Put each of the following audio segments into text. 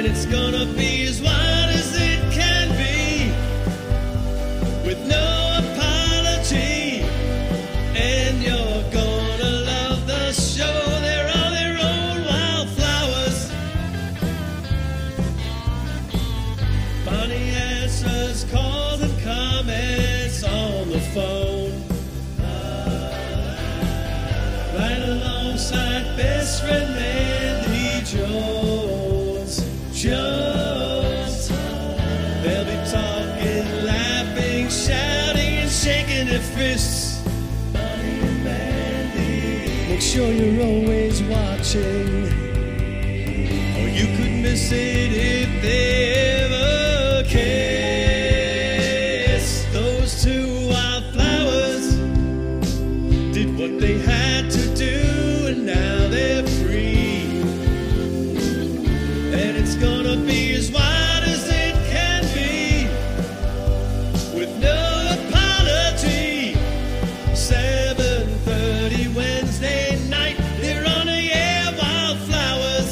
to be as wide as it can be with no apology. And you're gonna love the show. They're all their own wildflowers. Bonnie answers calls and comments on the phone. Right alongside best friend Mandy Jones. Jones. They'll be talking, laughing, shouting, and shaking their fists. Bonnie and Mandy. Make sure you're always watching. Or you could miss it if they ever kiss. Those two wildflowers did what they had to do, and now they're free. And it's gonna be as wide as it can be, with no apology. 7:30 Wednesday night, they're on the air, wildflowers.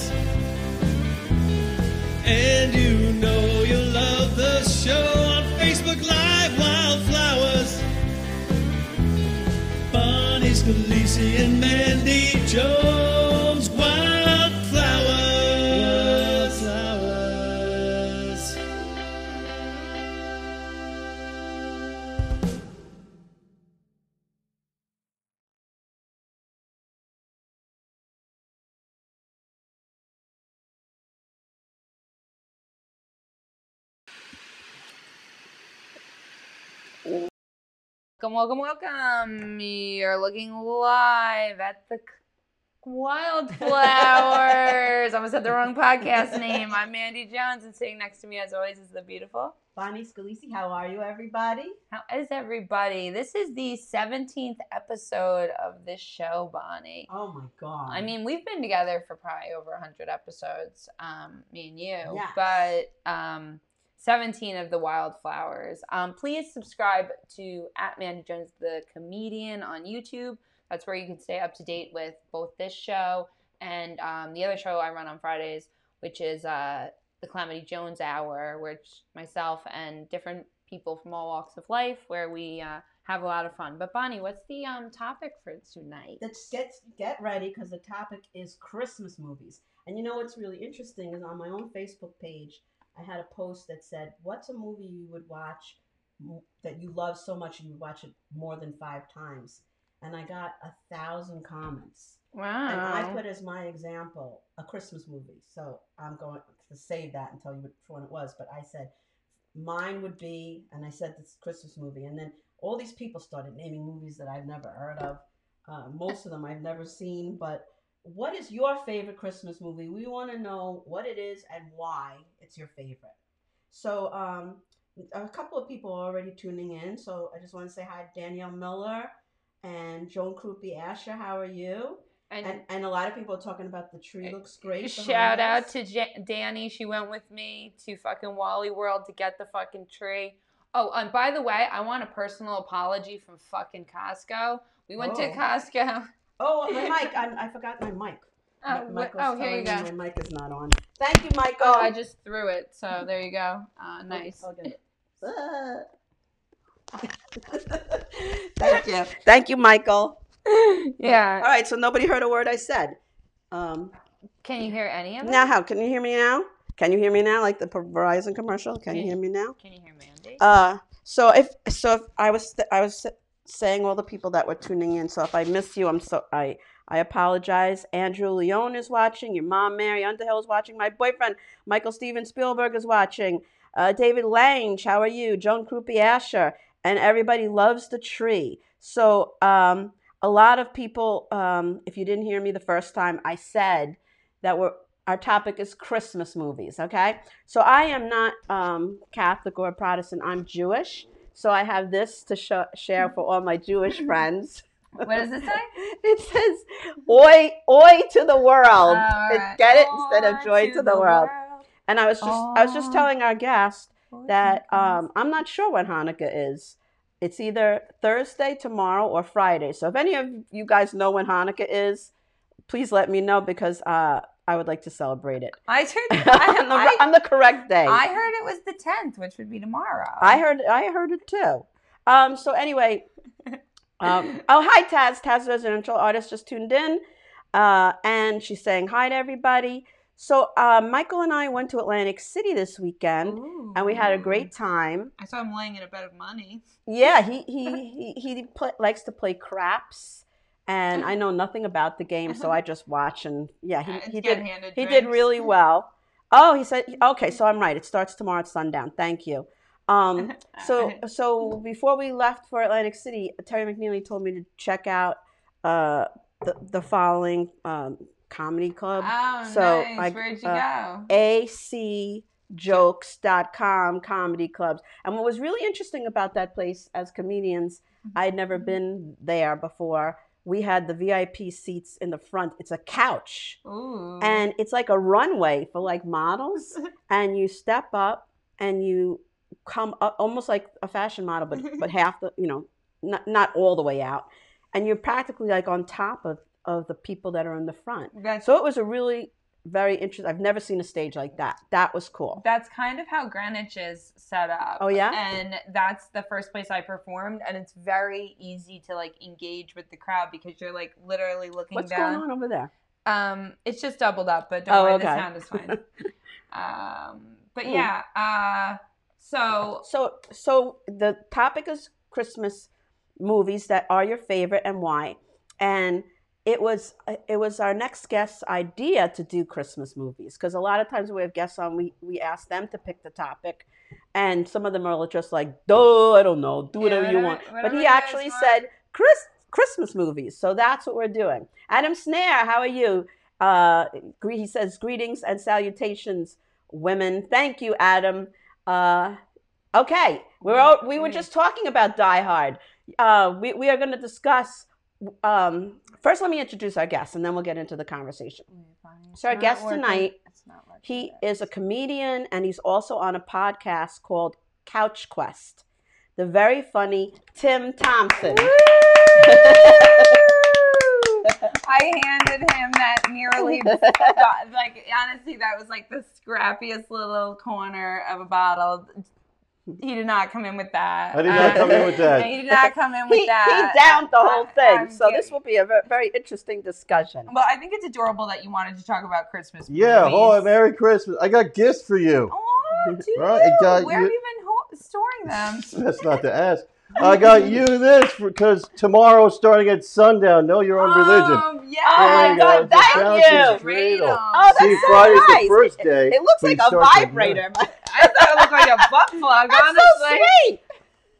And you know you love the show on Facebook Live, wildflowers. Bonnie Scalise and Mandy Jones, Wildflowers. Flowers. Welcome, welcome, welcome. You're looking live at the C- Wildflowers. I almost said the wrong podcast name. I'm Mandy Jones, and sitting next to me, as always, is the beautiful. Bonnie Scalisi, how are you, everybody? How is everybody? This is the 17th episode of this show, Bonnie. Oh my God. I mean, we've been together for probably over 100 episodes, um, me and you, Yes. but um, 17 of the wildflowers. Um, please subscribe to at Mandy Jones, the comedian on YouTube. That's where you can stay up to date with both this show and um, the other show I run on Fridays, which is uh, the Calamity Jones Hour, which myself and different people from all walks of life, where we uh, have a lot of fun. But Bonnie, what's the um, topic for tonight? let's get get ready because the topic is Christmas movies. And you know what's really interesting is on my own Facebook page, I had a post that said, "What's a movie you would watch m- that you love so much and you watch it more than five times?" And I got a thousand comments. Wow. And I put as my example a Christmas movie. So I'm going to save that and tell you which one it was. But I said mine would be, and I said this Christmas movie. And then all these people started naming movies that I've never heard of. Uh, most of them I've never seen. But what is your favorite Christmas movie? We want to know what it is and why it's your favorite. So um, a couple of people are already tuning in. So I just want to say hi to Danielle Miller and Joan Krupe Asher. How are you? And And, and a lot of people are talking about the tree Uh, looks great. shout behind out us. to J- Danny. She went with me to fucking Wally World to get the fucking tree. Oh, and by the way, I want a personal apology from fucking Costco. We went to Oh. Costco. oh my mic. I, I forgot my mic. Oh, Mi- what- Michael's oh here you telling go. me My mic is not on. Thank you, Michael. Oh, I just threw it. So there you go. Oh, Uh, nice. I'll get it. Ah. Thank you. Thank you, Michael. All yeah. right, so nobody heard a word I said. Um, Can you hear any of it? now, how can you hear me now? Can you hear me now? Like the Verizon commercial? Can you hear me now? Can you hear Mandy? Uh, so if so, if I was I was saying all the people that were tuning in. So if I miss you, I'm so I I apologize. Andrew Leone is watching. Your mom Mary Underhill is watching. My boyfriend Michael Steven Spielberg is watching. Uh, David Lange, how are you? Joan Krupe Asher, and everybody loves the tree. So um, a lot of people. Um, if you didn't hear me the first time, I said that we're our topic is Christmas movies. Okay. So I am not um, Catholic or Protestant. I'm Jewish. So I have this to sh- share for all my Jewish friends. what does it say? It says, "Oi, oi to the world." Oh, It- alright. Get it instead of On joy to, the, world. And I was just, I was Oh. just telling our guest world. that um, I'm not sure when Hanukkah is. It's either Thursday tomorrow or Friday. So if any of you guys know when Hanukkah is, please let me know because uh, I would like to celebrate it I turned. on, the, I, I, on the correct day. I heard it was the tenth, which would be tomorrow. I heard I heard it too. Um, so anyway, um, oh hi Taz, Taz residential artist just tuned in, uh, and she's saying hi to everybody. So uh, Michael and I went to Atlantic City this weekend, and we had a great time. I saw him laying in a bed of money. Yeah, he he he, he pl- likes to play craps, and I know nothing about the game, so I just watch and Uh-huh. Uh, yeah, he, he did handed. he did really well. Oh, he said okay, so I'm right. It starts tomorrow at sundown. Thank you. Um, so so before we left for Atlantic City, Terry McNeely told me to check out uh, the the following um, comedy club. Oh, um, So, nice. like, Where'd you go? acjokes.com comedy clubs. And what was really interesting about that place as comedians, I had never been there before. We had the VIP seats in the front. It's a couch Ooh. and it's like a runway for like models and you step up and you come up almost like a fashion model but but half the you know not not all the way out and you're practically like on top of of the people that are in the front that's so it was a really very interesting i've never seen a stage like that that was cool that's kind of how Greenwich is set up. Oh, yeah? and that's the first place I performed, and it's very easy to like engage with the crowd because you're like literally looking what's down. going on over there Um, it's just doubled up, but don't Oh, worry, the okay. sound is fine. um, but Mm. yeah, uh, so so so the topic is christmas movies that are your favorite and why and it was it was our next guest's idea to do christmas movies because a lot of times when we have guests on we we ask them to pick the topic and some of them are just like duh i don't know do Yeah, whatever you whatever- want but whatever he you guys actually want. said Chris, christmas movies so that's what we're doing adam snare how are you uh, gre- he says greetings and salutations women thank you adam uh, okay we're all, we were Mm. just talking about die hard uh, we, we are going to discuss um, first let me introduce our guest and then we'll get into the conversation So our guest tonight, he is a comedian and he's also on a podcast called couch quest the very funny tim thompson I handed him that nearly like honestly that was like the scrappiest little corner of a bottle. He did not come in with that. I did not come in with that. He did not come in he, with he that. downed the whole I- thing I'm so this giving- will be a ve- very interesting discussion Well, I think it's adorable that you wanted to talk about Christmas. Yeah, movies. oh, Merry Christmas. I got gifts for you. Oh, do Right, you? I got Where you- have you been ho- storing them? Oh. That's not to ask. I got you this because tomorrow starting at sundown. Know your own religion. Um, yeah. Oh my There you go. God, thank Couch you. is dreidel. Oh, that's See, so Friday's nice. the first day. it looks but like you a start till noon. vibrator I thought it looked like a butt plug, that's so honestly. sweet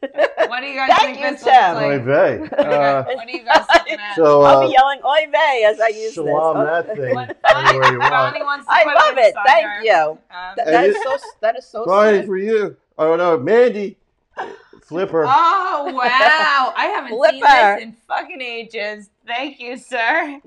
what do you guys Thank think you, this Tim. looks Oy like? vey. What do you Uh, guys- what do you guys looking at? so, I'll uh, be yelling "Oy vey" as I use shalom this. Oh, that thing What- anywhere you want. Bonnie wants to I put love in it. Thank somewhere. you. Um, Th- And that you- is so. That is so. Friday sweet. for you. Oh no, Mandy, Flipper. oh wow! I haven't seen Flipper. this in fucking ages. Thank you, sir.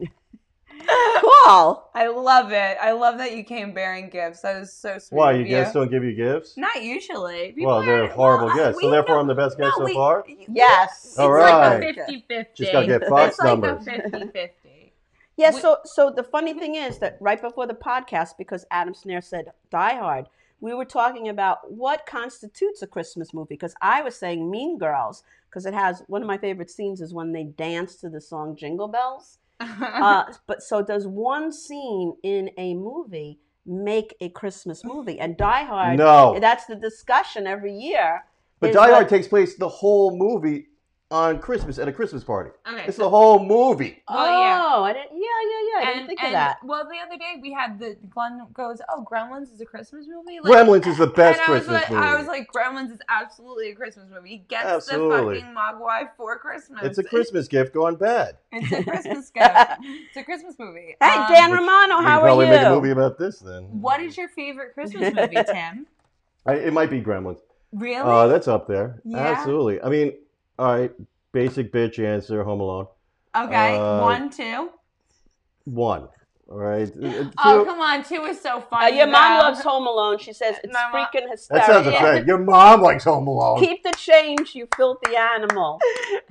cool. I love it. I love that you came bearing gifts. That is so sweet. Why of you guests don't give you gifts? Not usually. People Well, they're aren't- horrible well, guests. we So therefore, know- I'm the best guest no, so we- far. Yes. It's All like right. a 50-50. Just gotta get Fox It's like numbers. a 50-50. Yeah. we- So, so the funny Mm-hmm. thing is that right before the podcast, because Adam Snare said Die Hard, we were talking about what constitutes a Christmas movie. Because I was saying Mean Girls, because it has one of my favorite scenes is when they dance to the song Jingle Bells. Uh-huh. Uh, but so does one scene in a movie make a Christmas movie? And Die Hard. No, That's the discussion every year. but is Die what- Hard takes place the whole movie on Christmas at a Christmas party. okay. It's the whole movie. Well, yeah. Oh, I didn't. Yeah, yeah, yeah. I didn't think of that. Well, the other day we had the Glenn goes, "Oh, Gremlins is a Christmas movie." Gremlins is the best and I was Christmas like, movie. I was like, Gremlins is absolutely a Christmas movie. He gets Absolutely. the fucking mogwai for Christmas. it's a Christmas gift gone bad. It's a Christmas gift. It's a Christmas movie. Hey, Um, Dan Which Romano, how we could are probably you? make a movie about this then. What is your favorite Christmas movie, Tim? I, it might be Gremlins. Really? Uh, that's up there. Yeah. Absolutely. I mean, all right. Basic bitch answer. Home Alone. okay, uh, one, two. One. All right. Uh, Oh two- come on, two is so Uh, funny. your mom though. loves Home Alone. She says it's My mom- freaking that sounds hysterical. Yeah. offensive. Your mom likes Home Alone. Keep the change, you filthy animal. Did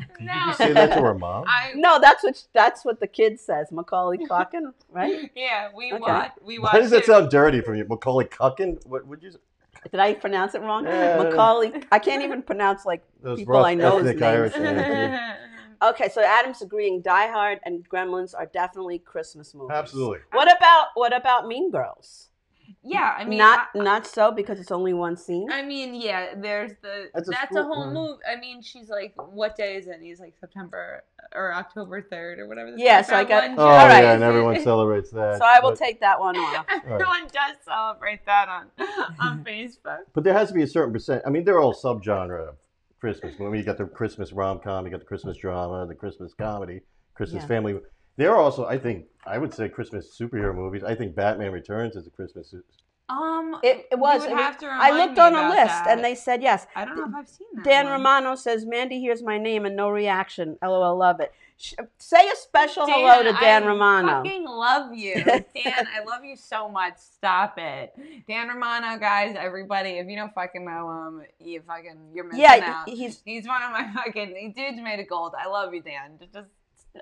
you say that to her mom? I No, that's what that's what the kid says. Macaulay Culkin, right? yeah, we Okay. watch we watch. Why does that it. sound dirty from you? Macaulay Culkin? What would you say? Did I pronounce it wrong? Yeah. Macaulay. I can't even pronounce like. Those People rough I know his ethnic names. Irish names. Okay, so Adam's agreeing. Die Hard and Gremlins are definitely Christmas movies. Absolutely. What about what about Mean Girls? yeah, I mean not not so because it's only one scene. I mean, yeah, there's the That's that's a a, school- whole mm. move. I mean, she's like, what day is it? And he's like September or October third or whatever. the Yeah, fuck so I that got- one Oh, joke All right. yeah, is. and everyone celebrates that. so I will but, take that one off. Everyone does celebrate that on on Facebook. But there has to be a certain percent. I mean, they're all subgenre of Christmas. I mean, you got the Christmas rom com, you got the Christmas drama, the Christmas comedy, Christmas Yeah. family. They're also, I think, I would say Christmas superhero movies. I think Batman Returns is a Christmas. su- Um, It, it was. You would it was- have to I remind looked me on a about list and that. they said yes. I don't know if I've seen that. Dan one. Romano says, "Mandy, here's my name and no reaction. LOL, love it." Sh- say a special Dan, hello to Dan I Romano. Fucking love you, Dan. I love you so much. Stop it, Dan Romano, guys. Everybody, if you don't fucking know him, you fucking you're missing Yeah, out. he- he's He's one of my fucking he dude's made of gold. I love you, Dan. Just, just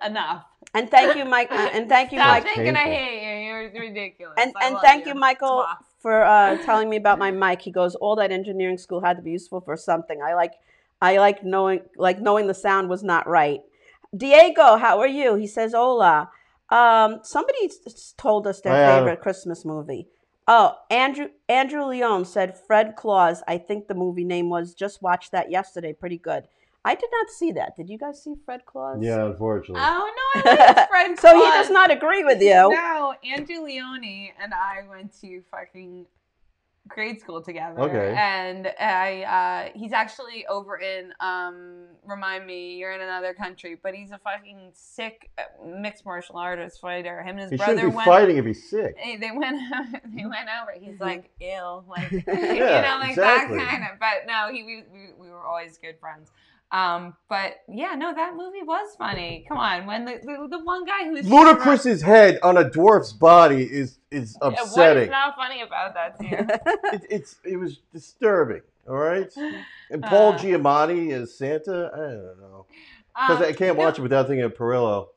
enough. and thank you, Mike, uh, and thank you, Stop Mike, That's thinking I painful. hate you. You're ridiculous. and I and love thank you, Michael, Mwah. for uh, telling me about my mic. He goes, "All that engineering school had to be useful for something." I like, I like knowing, like knowing the sound was not right. Diego, how are you? He says, "Hola." Um, somebody s- s- told us their Hi, Adam. favorite Christmas movie. Oh, Andrew Andrew Leon said Fred Claus. I think the movie name was. Just watched that yesterday. Pretty good. I did not see that. Did you guys see Fred Claus? Yeah, unfortunately. Oh no, I like his friend. So he Claus. does not agree with you. No, Andrew Leone and I went to fucking grade school together. Okay. And I, uh, he's actually over in, um, remind me, you're in another country, but he's a fucking sick uh, mixed martial artist fighter. Him and his he shouldn't brother be went. fighting if he's sick. eh, They went. They went over. He's like ill, like you Yeah, know, like exactly. that kind of. But no, he we, we, we were always good friends. Um, but yeah, no, that movie was funny. Come on, when the the, the one guy who's Ludacris's head on a dwarf's body is is Yeah, What is upsetting. not funny about that to you? it, it's it was disturbing. All right, and Paul Uh. Giamatti as Santa. I don't know because Um, I can't no. watch it without thinking of Perillo.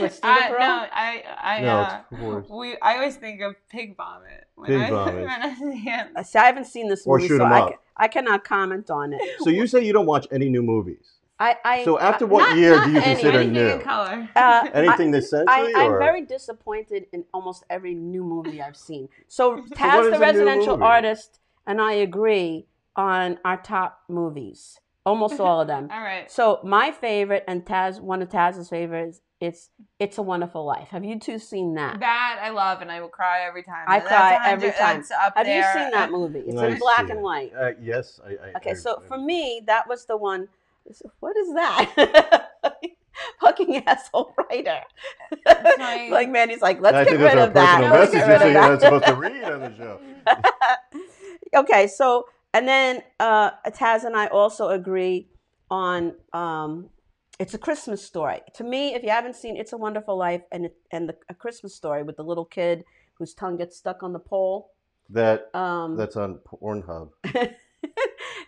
With Stephen I, Carell? no, I, I, No, uh, it's worse. we, I always think of pig vomit. When Pig I, vomit. When I see it. Uh, See, I haven't seen this Or movie, shoot so 'em I, up. ca- I cannot comment on it. So you say you don't watch any new movies? I, I So after I- what not- year not do you any. consider Anything in new? color. Uh, Anything this I, century? I'm or- very disappointed in almost every new movie I've seen. So what Taz, is a the new residential movie? artist, and I agree on our top movies, almost all of them. All right. So my favorite and Taz, one of Taz's favorites, it's It's a Wonderful Life. Have you two seen that? That I love, and I will cry every time. I That's cry a hundred- every time. That's up Have you there. uh, seen that movie? It's I in black see and it. white. Uh, yes, I, I. Okay, I- so I- for me, that was the one. What is that? Fucking asshole writer. That's my- like Mandy's like, I let's get think those rid are of that. personal Let's get messages rid that you're not of supposed to read on the show. that. okay, so and then uh, Taz and I also agree on um, it's a Christmas story. To me, if you haven't seen It's a Wonderful Life and it, and the, a Christmas story with the little kid whose tongue gets stuck on the pole, That um, that's on Pornhub.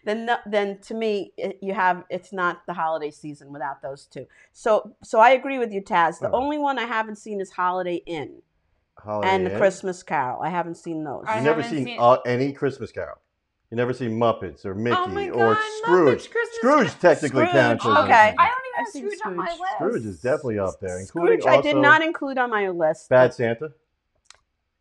then no- then to me it, you have it's not the holiday season without those two. So so I agree with you, Taz. The All right. only one I haven't seen is Holiday Inn Holiday and The Inn. Christmas Carol. I haven't seen those. I You've never haven't seen, seen- uh, any Christmas Carol. You never seen Muppets or Mickey oh my God, or Scrooge. Muppets, Christmas Scrooge technically Scrooge, counts. as a- okay. I don't even I've have seen Scrooge, on my Scrooge. list. Scrooge is definitely up there, including Scrooge, I did also not include on my list. Bad Santa. Uh,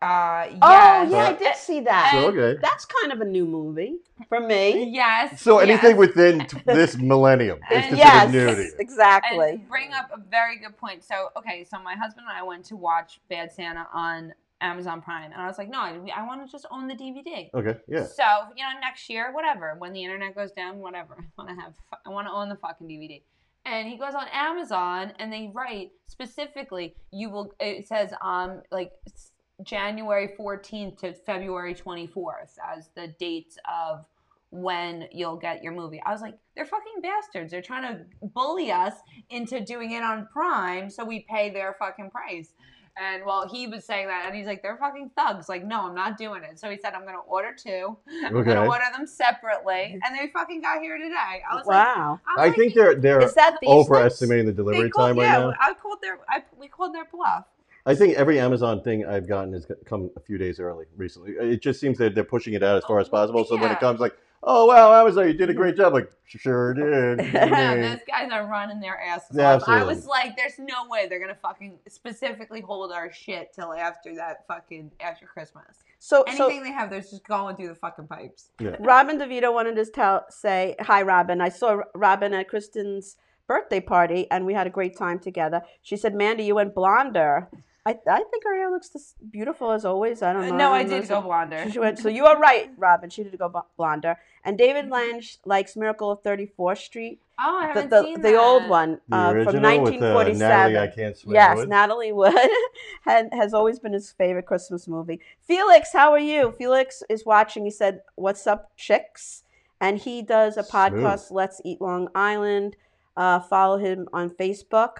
Oh yes. Uh, yeah, I But- did see that. So okay. That's kind of a new movie for me. Yes. So yes. anything within t- this millennium is And- considered Yes, new to you. exactly. and bring up a very good point. So, okay, so my husband and I went to watch Bad Santa on Amazon Prime, and I was like, no, I, I want to just own the DVD. Okay, Oh, yeah. So, you know, next year, whatever, when the internet goes down, whatever, I want to have, fu- I want to own the fucking DVD. And he goes on Amazon, and they write specifically, you will. It says um like s- January fourteenth to February twenty fourth as the dates of when you'll get your movie. I was like, they're fucking bastards. They're trying to bully us into doing it on Prime so we pay their fucking price. And well, he was saying that, and he's like, they're fucking thugs. Like, no, I'm not doing it. So he said, I'm going to order two. I'm going Okay. to order them separately. And they fucking got here today. I was like, Mm-hmm. wow. I'm I like, think they're they're Is that these things? overestimating the delivery They called- time right yeah, now. I called their, I, we called their bluff. I think every Amazon thing I've gotten has come a few days early recently. It just seems that they're pushing it out as far Oh, as possible. So when Yeah. it comes, like, oh wow, Amazon, you did a great job. Like, sure did. What do you Yeah, mean? those guys are running their asses Yeah, off. I absolutely. was like, there's no way they're gonna fucking specifically hold our shit till after that fucking after Christmas. So Anything so they have, they're just going through the fucking pipes. Robin DeVito wanted to tell say hi, Robin. I saw Robin at Kristen's birthday party, and we had a great time together. She said, "Mandy, you went blonder." I, I think her hair looks this beautiful as always. I don't Uh, know. no, I don't know. did go blonder. She- she went- so you are right, Robin. She did go b- blonder. And David Lange likes Miracle of 34th Street, Oh, I the, haven't the, seen the that. old one The uh, from original with, uh, Natalie 1947. I can't swim. yes, Wood. Natalie Wood had, has always been his favorite Christmas movie. Felix, how are you? Felix is watching. He said, What's up, chicks? And he does a podcast, Let's Eat Long Island. Uh, follow him on Facebook.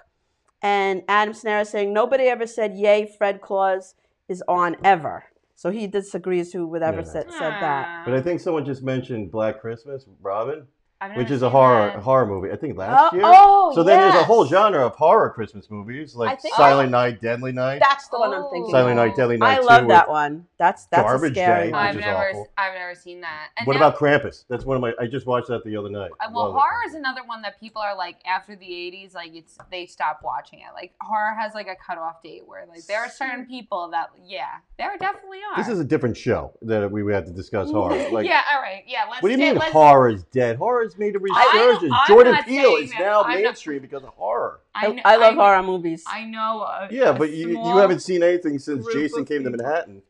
And Adam Snare is saying, Nobody ever said, Yay, Fred Claus is on ever. So he disagrees who would ever Yeah. said, said that. But I think someone just mentioned Black Christmas, Robin, I've never which is a seen horror that. horror movie. I think Oh, last year. oh, so then there's a whole yes. genre of horror Christmas movies I like think- Silent Night, Deadly Night, That's the one I'm Oh. thinking. Silent of. Night, Deadly Night. I 2 love with- that one. That's that's a Garbage scary Day. one. I've which is never, awful. I've never seen that. And What now- about Krampus? That's one of my. I just watched that the other night. Uh, Well, Love it. horror is another one that people are like after the '80s, like it's they stop watching it. Like horror has like a cutoff date where like there are certain people that yeah, there definitely are. This is a different show that we would have to discuss horror. Like, yeah, all right, yeah. Let's what do you get- mean let's- horror is dead? Horror has made a I- resurgence. I'm Jordan not Peele saying is that. now I'm not- mainstream because of horror. I, kn- I love kn- horror movies. I, I know. A, Yeah, a but you you small- haven't seen anything since group Jason of came to people. Manhattan.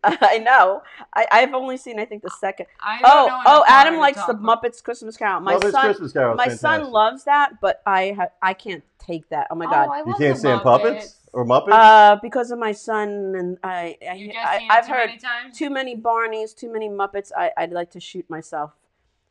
know. I, I've only seen I think the second. I don't know Oh enough oh, horror Adam to likes talk the about- Muppets Christmas Carol. My Muppet's son Christmas Carol. is my son fantastic. loves that, but I ha- I can't take that. Oh my god. Oh, I You love can't the stand puppets or Muppets. uh, because of my son and I, I, You just I seen it I've too heard many times. too many Barneys, too many Muppets. I I'd like to shoot myself.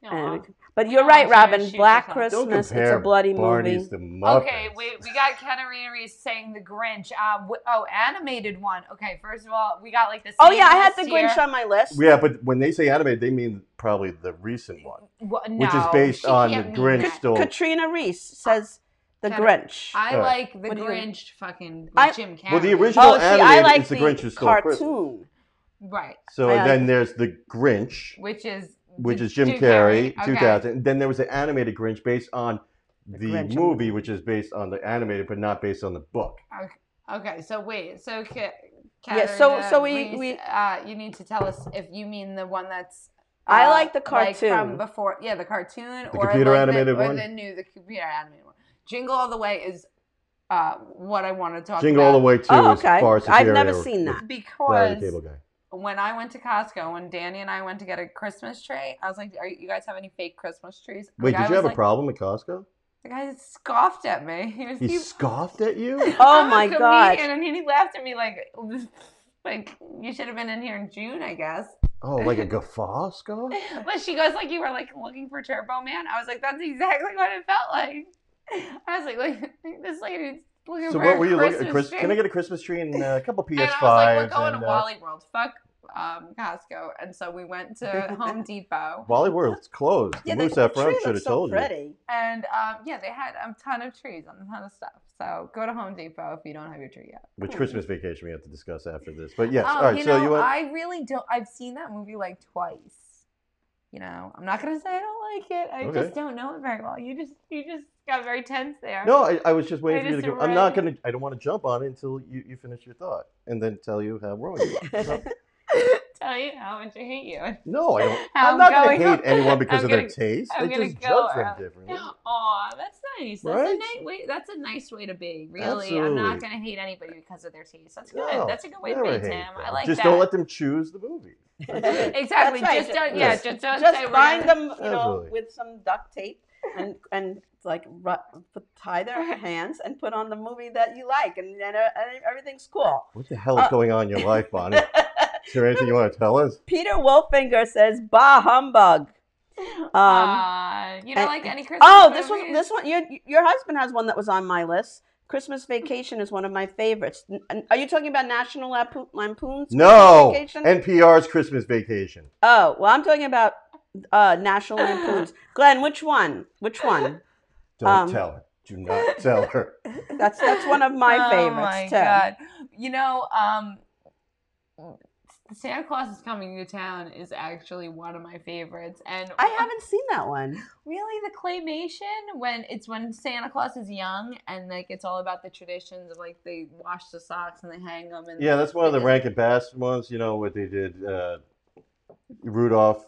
Aw. And- but you're Oh, right, sorry, Robin. shoot Black yourself. Don't Christmas. It's compare a bloody Barney's movie. to Muppets. Okay, we, we got Katarina Reese saying the Grinch. Uh, w- oh, animated one. Okay, first of all, we got like the. Oh same yeah, I had the list here. Grinch on my list. Yeah, but when they say animated, they mean probably the recent one. Wha- Which is no, based she on can't the mean Grinch that. story. Katrina Reese says the Kinda- Grinch. I Alright. like the What do you- Grinch fucking with I- Jim Carrey. Well, the original- oh, see, I animated, like it's the the Grinch who stole Christmas. cartoon. Right. So I like then there's the Grinch, Which is which the- is Jim, Carrey, Okay. 2000. Then there was an animated Grinch based on the Grinch. movie, which is based on the animated, but not based on the book. Okay, so wait. So Ka- Yeah, so- Katarina so we- Reese, we- uh, you need to tell us if you mean the one that's I uh, like the from cartoon. before. Yeah, the cartoon The or computer like animated the, one? or the new the computer animated one. Jingle All the Way is uh, what I want to talk Jingle about. All the Way 2 Oh, is okay. far I've superior never seen with that. Larry because the Cable Guy. when I went to Costco, when Danny and I went to get a Christmas tree, I was like, "Are you you guys have any fake Christmas trees?" The Wait, guy did you was have like- a problem at Costco? The guy scoffed at me. He was He he- scoffed at you? Oh I'm a my comedian, God. And he laughed at me like, like you should have been in here in June, I guess. Oh, like a guffaw scoff? But she goes like, you were like looking for Turbo Man. I was like, that's exactly what it felt like. I was like, like this lady's looking So for what were a you Christmas looking at? Chris, tree. can I get a Christmas tree and uh, a couple PS5s? and I was like, we're going and, to uh, Wally World. Fuck um, Costco. And so we went to Home Depot. Wally World's closed. Yeah, the the Moose F tree should have looks so told you. pretty. And um, yeah, they had a ton of trees and a ton of stuff. So go to Home Depot if you don't have your tree yet. Which Hmm. Christmas vacation we have to discuss after this. But yes, Oh, all right. you so know, you want? I really don't. I've seen that movie like twice. You know, I'm not gonna say I don't like it. I Okay. just don't know it very well. You just, you just got very tense there. no, I, I was just waiting I for you to. just Go, I'm not read- gonna. I don't want to jump on it until you, you finish your thought and then tell you how wrong you are. So- tell you how much I hate you. no, I don't. How I'm not gonna going- hate anyone because I'm of gonna- their taste. I'm I gonna just go judge them out. differently. Aw, that's nice. That's a Right? nice way. That's a nice way to be. Really, I'm not Absolutely. gonna hate anybody because of their taste. That's good. No, that's a good way to never be, hate Tim. I them. like Just that. don't let them choose the movie. That's it. exactly. That's right. Just don't. Yeah. Yes. Just don't. say Just we're bind gonna- them, you know, Absolutely. with some duct tape and and like ru- put, tie their hands and put on the movie that you like, and and, uh, and everything's cool. What the hell is Uh, going on in your life, Bonnie? Is there anything you want to tell us? Peter Wolfinger says, "Bah humbug." Um, Aw, you don't and- like any Christmas oh, this was movies? this one. Your your husband has one that was on my list. Christmas Vacation is one of my favorites. N- n- Are you talking about National Lampo- Lampoon's No, Christmas Vacation? NPR's Christmas Vacation. oh, well, I'm talking about uh, National Lampoon's. Glenn, which one? Which one? Don't Um, tell her. Do not tell her. That's that's one of my Oh favorites my too. God. You know, um, Santa Claus is coming to town is actually one of my favorites, and um, I haven't seen that one. really the claymation when it's when Santa Claus is young and like it's all about the traditions of like they wash the socks and they hang them and Yeah, that's one of the Rankin Bass ones. You know what they did? Uh, Rudolph.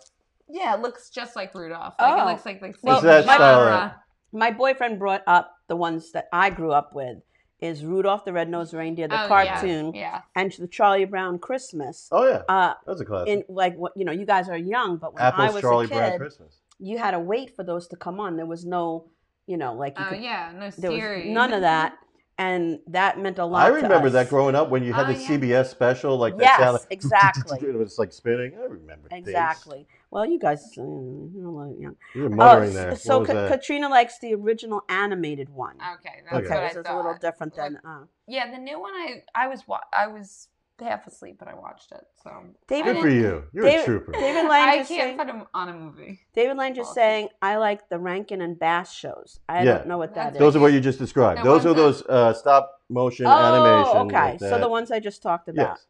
yeah, it looks just like Rudolph. Like Oh. it looks like like Uh, Well, same It's that genre. style. My boyfriend brought up the ones that I grew up with is Rudolph the Red-Nosed Reindeer, the Oh, yeah, cartoon, Yeah, and the Charlie Brown Christmas. Oh yeah, Uh, that's a classic. in like what you know, you guys are young, but when I Apple's was Charlie a kid, Brown Christmas. you had to wait for those to come on. There was no, you know, like you oh could, yeah, no there series. was none of that, and that meant a lot. I to remember that us. growing up when you had Oh, the yeah. CBS special, like Yes, that sound. Like, exactly. It was like spinning. I remember things. Exactly. Well, you guys, mm, you're a little young. You were Oh, muttering there. s- so what was Ka- that? Katrina likes the original animated one. Okay, that's Okay. what I so thought. it's a little different than. Uh, Yeah, the new one I I was wa- I was half asleep but I watched it. So David Good for you. You're David- a trooper. David Lang I just can't saying- put him on a movie. David Lang just Awesome. saying, I like the Rankin and Bass shows. I Yeah. don't know what that That's is. Those are what you just described. That those are one's those uh, stop motion oh, animation. okay. like So that. the ones I just talked about. Yes.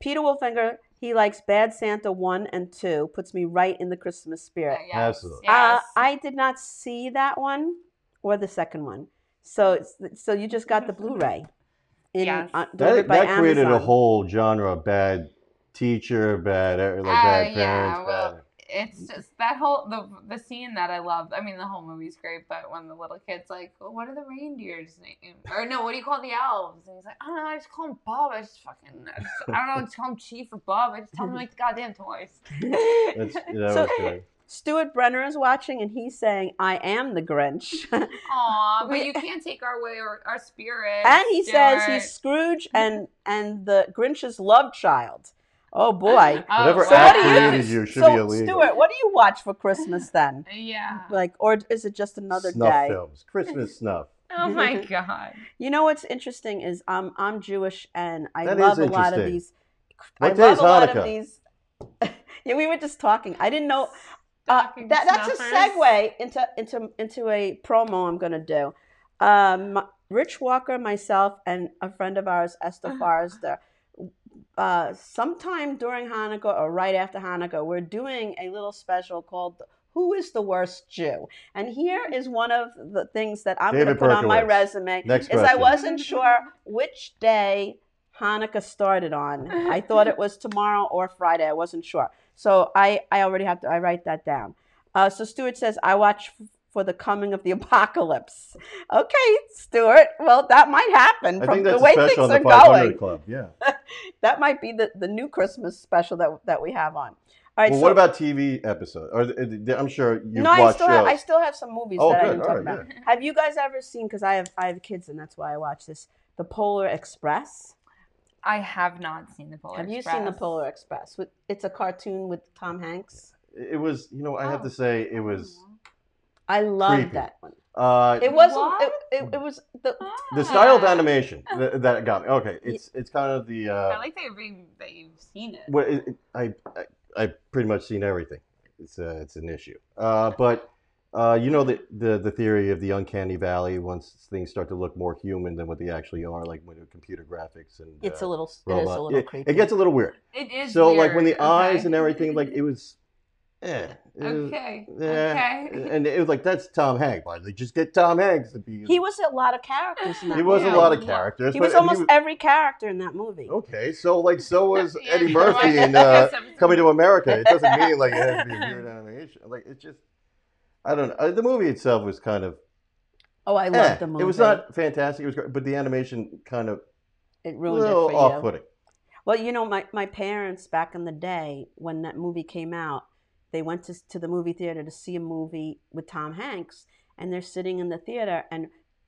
Peter Wolfinger, he likes Bad Santa 1 and 2. Puts me right in the Christmas Uh, spirit. yes, Absolutely. Uh, yes. I did not see that one or the second one. So it's, so you just got the Blu-ray. In, Yes. uh, That, delivered by that created a Amazon. whole genre of bad teacher, bad er- like Uh, bad parents. yeah, well, bad. it's just that whole the the scene that I loved. I mean, the whole movie's great, but when the little kid's like, well, "What are the reindeers' name?" or no, what do you call the elves? And he's like, "I don't know. I just call him Bob. I just fucking I, just, I don't know. I just call him Chief or Bob. I just tell him like the goddamn toys." That's, that So- was good. Stuart Brenner is watching and he's saying, I am the Grinch. Aw, but We- you can't take our way or our spirit. and he says Stuart. he's Scrooge and and the Grinch's love child. Oh boy. Oh, Whatever So wow. what app do you- created you should so be illegal. Stuart, what do you watch for Christmas then? Yeah. Like, or is it just another snuff day? films, Christmas snuff. Oh my god. You know what's interesting is I'm I'm Jewish and I That love is a lot of interesting. these. What I day love is a lot of Hanukkah? these. yeah, we were just talking. I didn't know. Uh, Stocking that, that's a stuffers. segue into into into a promo I'm gonna do. Um, Rich Walker, myself, and a friend of ours, Esther Forrester. Uh, sometime during Hanukkah or right after Hanukkah, we're doing a little special called "Who Is the Worst Jew?" And here is one of the things that I'm David gonna put on my Berkowitz. resume Next is question. I wasn't sure which day Hanukkah started on. I thought it was tomorrow or Friday. I wasn't sure. So I, I already have to, I write that down. Uh, so Stuart says, I watch f- for the coming of the apocalypse. Okay, Stuart. Well, that might happen I from think that's the a way special on things the are 500 going. Club. Yeah. That might be the, the new Christmas special that, that we have on. All right. well, so, what about TV episodes? Or uh, th- th- I'm sure you've no, I watched still, shows. have, I still have some movies oh, that I good. didn't All talk right. about. yeah. Have you guys ever seen? Because I have I have kids and that's why I watch this. The Polar Express. I have not seen the Polar Have you Express. seen the Polar Express? With it's a cartoon with Tom Hanks. It was, you know, I have Oh. to say, it was. I love Creepy. that one. Uh, It wasn't. It, What? it, it was the. the style of Ah. animation th- that got me. Okay, it's it's kind of the. I Uh, like that, you're being, that you've seen it. what it, it- I, I I pretty much seen everything. It's uh, it's an issue. Uh, but uh, you know the, the the theory of the uncanny valley. Once things start to look more human than what they actually are, like with computer graphics and It's uh, a little. It robot. is a little It- creepy. It gets a little weird. It is so like when the weird, eyes okay. and everything, like it was. Eh, it was- Okay. eh. Okay. And it was like that's Tom Hanks. Why did they just get Tom Hanks to be? he was a lot of characters in that. He was movie. a lot Yeah. of characters. He but Oh, was almost wa- every character in that movie. Okay, so like so was Yeah, Eddie you know Murphy what? in uh, Yes, I'm- Coming to America. It doesn't mean like it has to be a weird animation. Like it's just, I don't know. Uh, The movie itself was kind of. Oh, I eh. love the movie. It was not fantastic. It was great, but the animation kind of It a ruined little it for you. off-putting. Well, you know, my, my parents back in the day when that movie came out, they went to, to the movie theater to see a movie with Tom Hanks, and they're sitting in the theater. And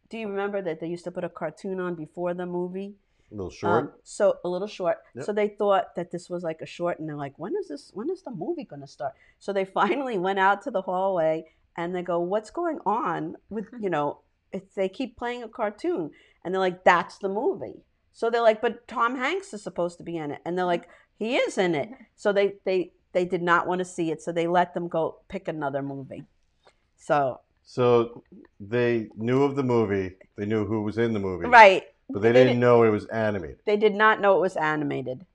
do you remember that they used to put a cartoon on before the movie? A little short. Um, so a little short. Yep. So they thought that this was like a short, and they're like, "When is this? When is the movie going to start?" So they finally went out to the hallway, and they go, "What's going on with you know?" It's, they keep playing a cartoon, and they're like, "That's the movie." So they're like, "But Tom Hanks is supposed to be in it," and they're like, "He is in it." So they they they did not want to see it, so they let them go pick another movie. So so they knew of the movie. They knew who was in the movie. right, But they They didn't know it was animated. They did not know it was animated.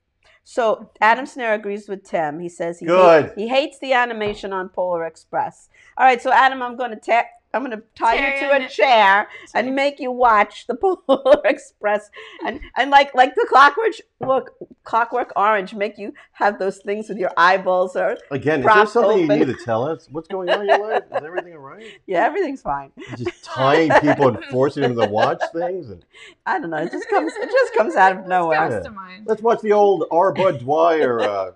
So Adam Snare agrees with Tim. He says he Good. hate- he hates the animation on Polar Express. All right, so Adam, I'm going to ta- I'm going to tie Tear you you to a in- chair and make you watch the Polar Express and and like like the Clockwork look Clockwork Orange make you have those things with your eyeballs or Again, Prop is there something open. you need to tell us? What's going on in your life? Is everything all right? yeah everything's fine. Just tying people and forcing them to watch things. And I don't know. It just comes it just comes out of nowhere. Comes to mind. let's watch the old R. Bud Dwyer uh,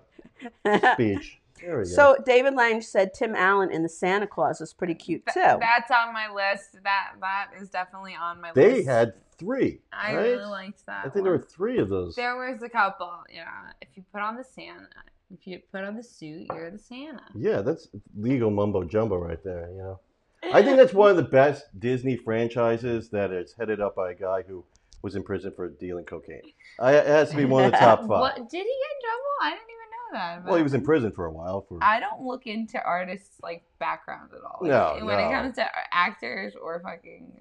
speech. There we go. so David Lange said Tim Allen in the Santa Claus is pretty cute Th- too. That's on my list. That that is definitely on my they list. had three. I right? really liked that. I think there one. were three of those. There was a couple. Yeah, if you put on the Santa, if you put on the suit, you're the Santa. Yeah, that's legal mumbo jumbo right there. You know, I think that's one of the best Disney franchises that is headed up by a guy who was in prison for dealing cocaine. I, it has to be one of the top five. What did he get in trouble? I didn't even know that. Well, about he was in prison for a while for I don't look into artists like background at all. Like, No, when no. it comes to actors or fucking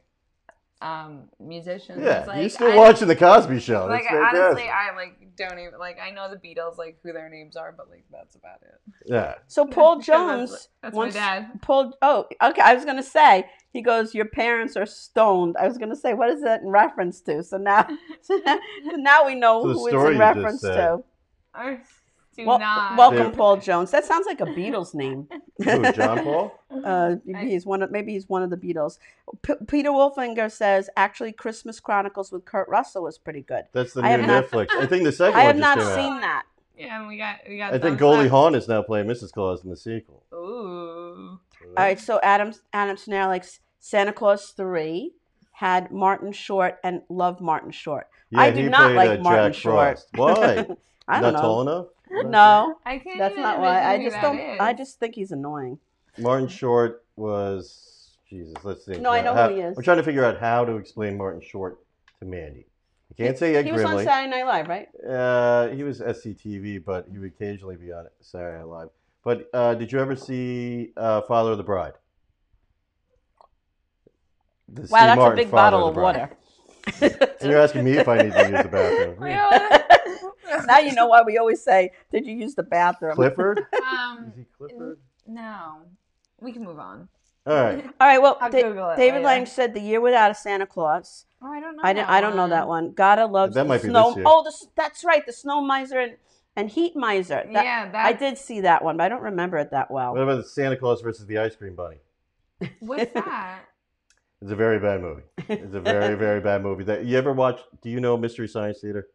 um musicians, Yeah, like, you're still I- watching the Cosby Show. Like That's honestly, fantastic. I like don't even like I know the Beatles like who their names are, but like that's about it. yeah, So Paul 'Cause that's- Jones that's once- my dad. pulled. Oh, okay. I was gonna say he goes. Your parents are stoned. I was gonna say what is that in reference to? So now, so now we know So the who story it's you in just reference said. to. Or do Wel- not. welcome, Paul Jones. That sounds like a Beatles name. Who, John Paul. Uh, maybe he's one of maybe he's one of the Beatles. P- Peter Wolfinger says actually, Christmas Chronicles with Kurt Russell was pretty good. That's the new I have not- Netflix. I think the second I one have not just came out. seen that. yeah, and we got we got. I think thumbs Goldie up. Hawn is now playing Mrs. Claus in the sequel. Ooh. All right, so Adam Adam Snare likes Santa Claus three had Martin Short and love Martin Short. Yeah, I do he not played, like uh, Martin Jack Short. Frost. Why? I not don't know. tall enough? No, I can't. that's even not why. I envision who just that don't. I is. just think he's annoying. Martin Short was Jesus. Let's see. No, I know how, who he is. I'm trying to figure out how to explain Martin Short to Mandy. I can't say Ed He was on Grimley. Saturday Night Live, right? uh, he was SCTV, but he would occasionally be on Saturday Night Live. But uh, did you ever see uh, Father of the Bride? The Steve Wow, that's Martin a big Father bottle the of Bride. water. And you're asking me if I need to use the bathroom. We Hmm. all- now you know why we always say, "Did you use the bathroom?" Clifford? Um, Is he Clifford? no, we can move on. All right. All right. Well, I'll Da- Google it David later. Lange said the year without a Santa Claus. Oh, I don't know. I didn't. I don't know that one. Gotta love That the might be snow. this year. Oh, the, s- that's right. The snow miser and, and heat miser. That, yeah, that I did see that one, but I don't remember it that well. What about the Santa Claus versus the Ice Cream Bunny? What's that? It's a very bad movie. It's a very, very bad movie. That you ever watch? Do you know Mystery Science Theater?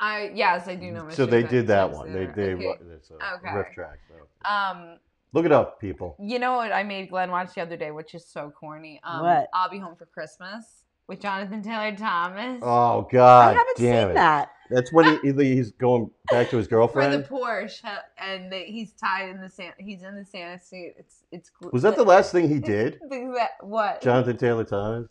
I yes, I do know. So Mr. they Science did that Science one. Theater. They they Okay. it's a Okay. riff track. So. Um, Look it up, people. you know what I made Glenn watch the other day, which is so corny. Um, What? I'll be home for Christmas with Jonathan Taylor Thomas. Oh I God, haven't damn seen it! that. That's when he, he- he's going back to his for the girlfriend. Porsche, and they, he's tied in the Santa. He's in the Santa suit. It's it's. gl- Was that the last thing he did? the- that- what? Jonathan Taylor Thomas?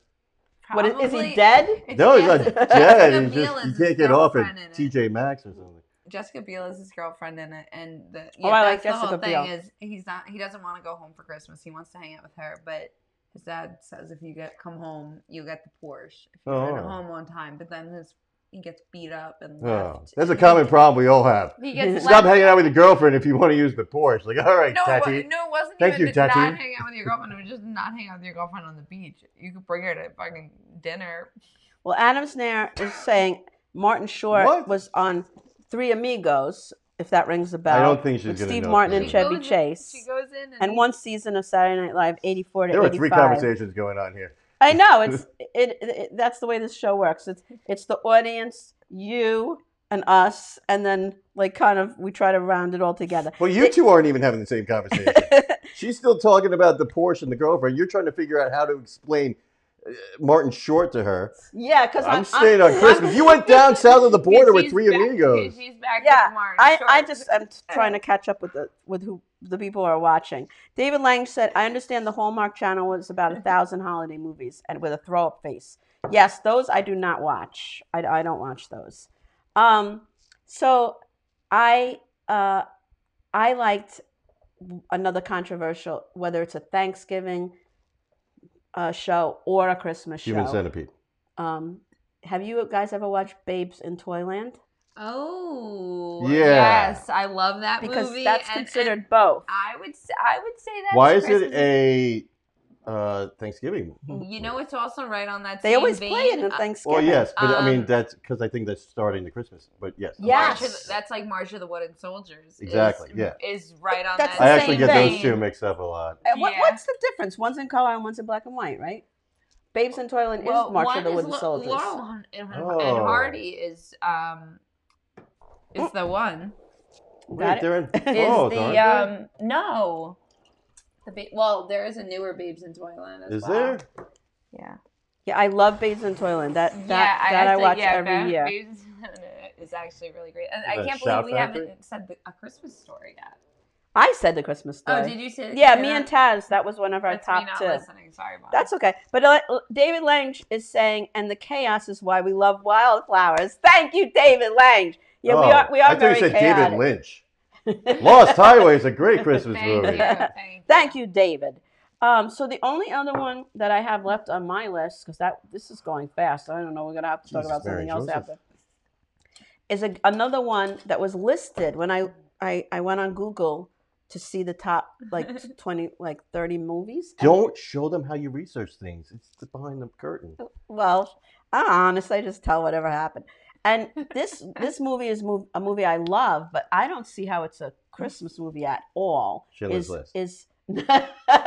What is, is Probably- he dead? It's No, he's Jessica- Yes. not dead. Jessica He's Biel is just, you his can't get off at girlfriend in it. TJ Maxx or something. Jessica Biel is his girlfriend in it, and the yeah, Oh, I like that's the whole Jessica thing Biel. is he's not he doesn't want to go home for Christmas. He wants to hang out with her, but his dad says if you get come home, you get the Porsche if you're Oh. home on time. But then his he gets beat up and Oh, left. that's a common problem we all have. He gets Stop left- hanging out with your girlfriend if you want to use the Porsche. Like, all right, No, it wa- Tati. no, it wasn't Thank even you, to not Tati. hang out with your girlfriend. It was just not hang out with your girlfriend on the beach. You could bring her to fucking dinner. Well, Adam Snare is saying Martin Short What? was on Three Amigos, if that rings a bell. don't think she's with gonna Steve know Martin Three and Amigos. Chevy goes in- Chase, she goes in and, and one season of Saturday Night Live, eighty-four to There were eighty-five. three conversations going on here. I know it's it, it. That's the way this show works. It's it's the audience, you and us, and then like kind of we try to round it all together. Well, you two aren't even having the same conversation. She's still talking about the Porsche and the girlfriend. You're trying to figure out how to explain uh, Martin Short to her. Yeah, because I'm staying on Christmas. You went down south of the border with She's three back- amigos. She's back Yeah, with Martin I, I Short. just uh, I'm trying to catch up with the with who the people who are watching. David Lang said, "I understand the Hallmark Channel was about Mm-hmm. a thousand holiday movies and with a throw up face. Yes, those I do not watch. I, I don't watch those. Um, so I uh, I liked another controversial, whether it's a Thanksgiving uh, show or a Christmas Human show. centipede. Um, have you guys ever watched Babes in Toyland? Oh. Yeah. Yes, I love that Because movie. that's and- and considered both. I would s- I would say that. Why is it a uh, Thanksgiving? Oh, You know, it's also right on that. They same always vein. play it in uh, Well, Thanksgiving. yes, but I mean Um, that's because I think that's starting the Christmas. But yes, I'm Yes. March sorry. of the- that's like March of the Wooden Soldiers. is- Exactly, yeah. Is right on That's that. I actually same get vein. those two mixed up a lot. And what, Yeah. What's the difference? One's in color and one's in black and white, right? Babes in Toyland Well, is March one of the is Wooden Lau- Soldiers. Laurel and, and, and Oh. Hardy is um is the one. Wait, they're in. Is Oh, the uh, darn. um no. The ba- well, there is a newer Babes in Toyland as is well. there? Yeah. Yeah, I love Babes in Toyland. That yeah, that, that I, actually- watch yeah, every Ba- year. Babes in Toyland is actually really great. And I that can't believe Shout we Factory? haven't said the, a Christmas story yet. I said the Christmas story. Oh, did you say? yeah, you're me not- and Taz. That was one of our That's me top not two. listening. Sorry, Mom. That's okay. But uh, David Lange is saying, and the chaos is why we love wildflowers. Thank you, David Lange. Yeah, Oh, we are we are I thought very you said David chaotic. Lynch. Lost Highway is a great Christmas Thank movie. you. Thank you. Thank you, David. Um, so the only other one that I have left on my list, because that this is going fast, I don't know, we're gonna have to talk Jesus, about something Mary else Joseph. after. Is a, another one that was listed when I, I I went on Google to see the top like twenty like thirty movies. and- Don't show them how you research things. It's the behind the curtain. Oh, well, I'm honest, I just tell whatever happened. And this this movie is mov- a movie I love, but I don't see how it's a Christmas movie at all Schindler's is, List. Is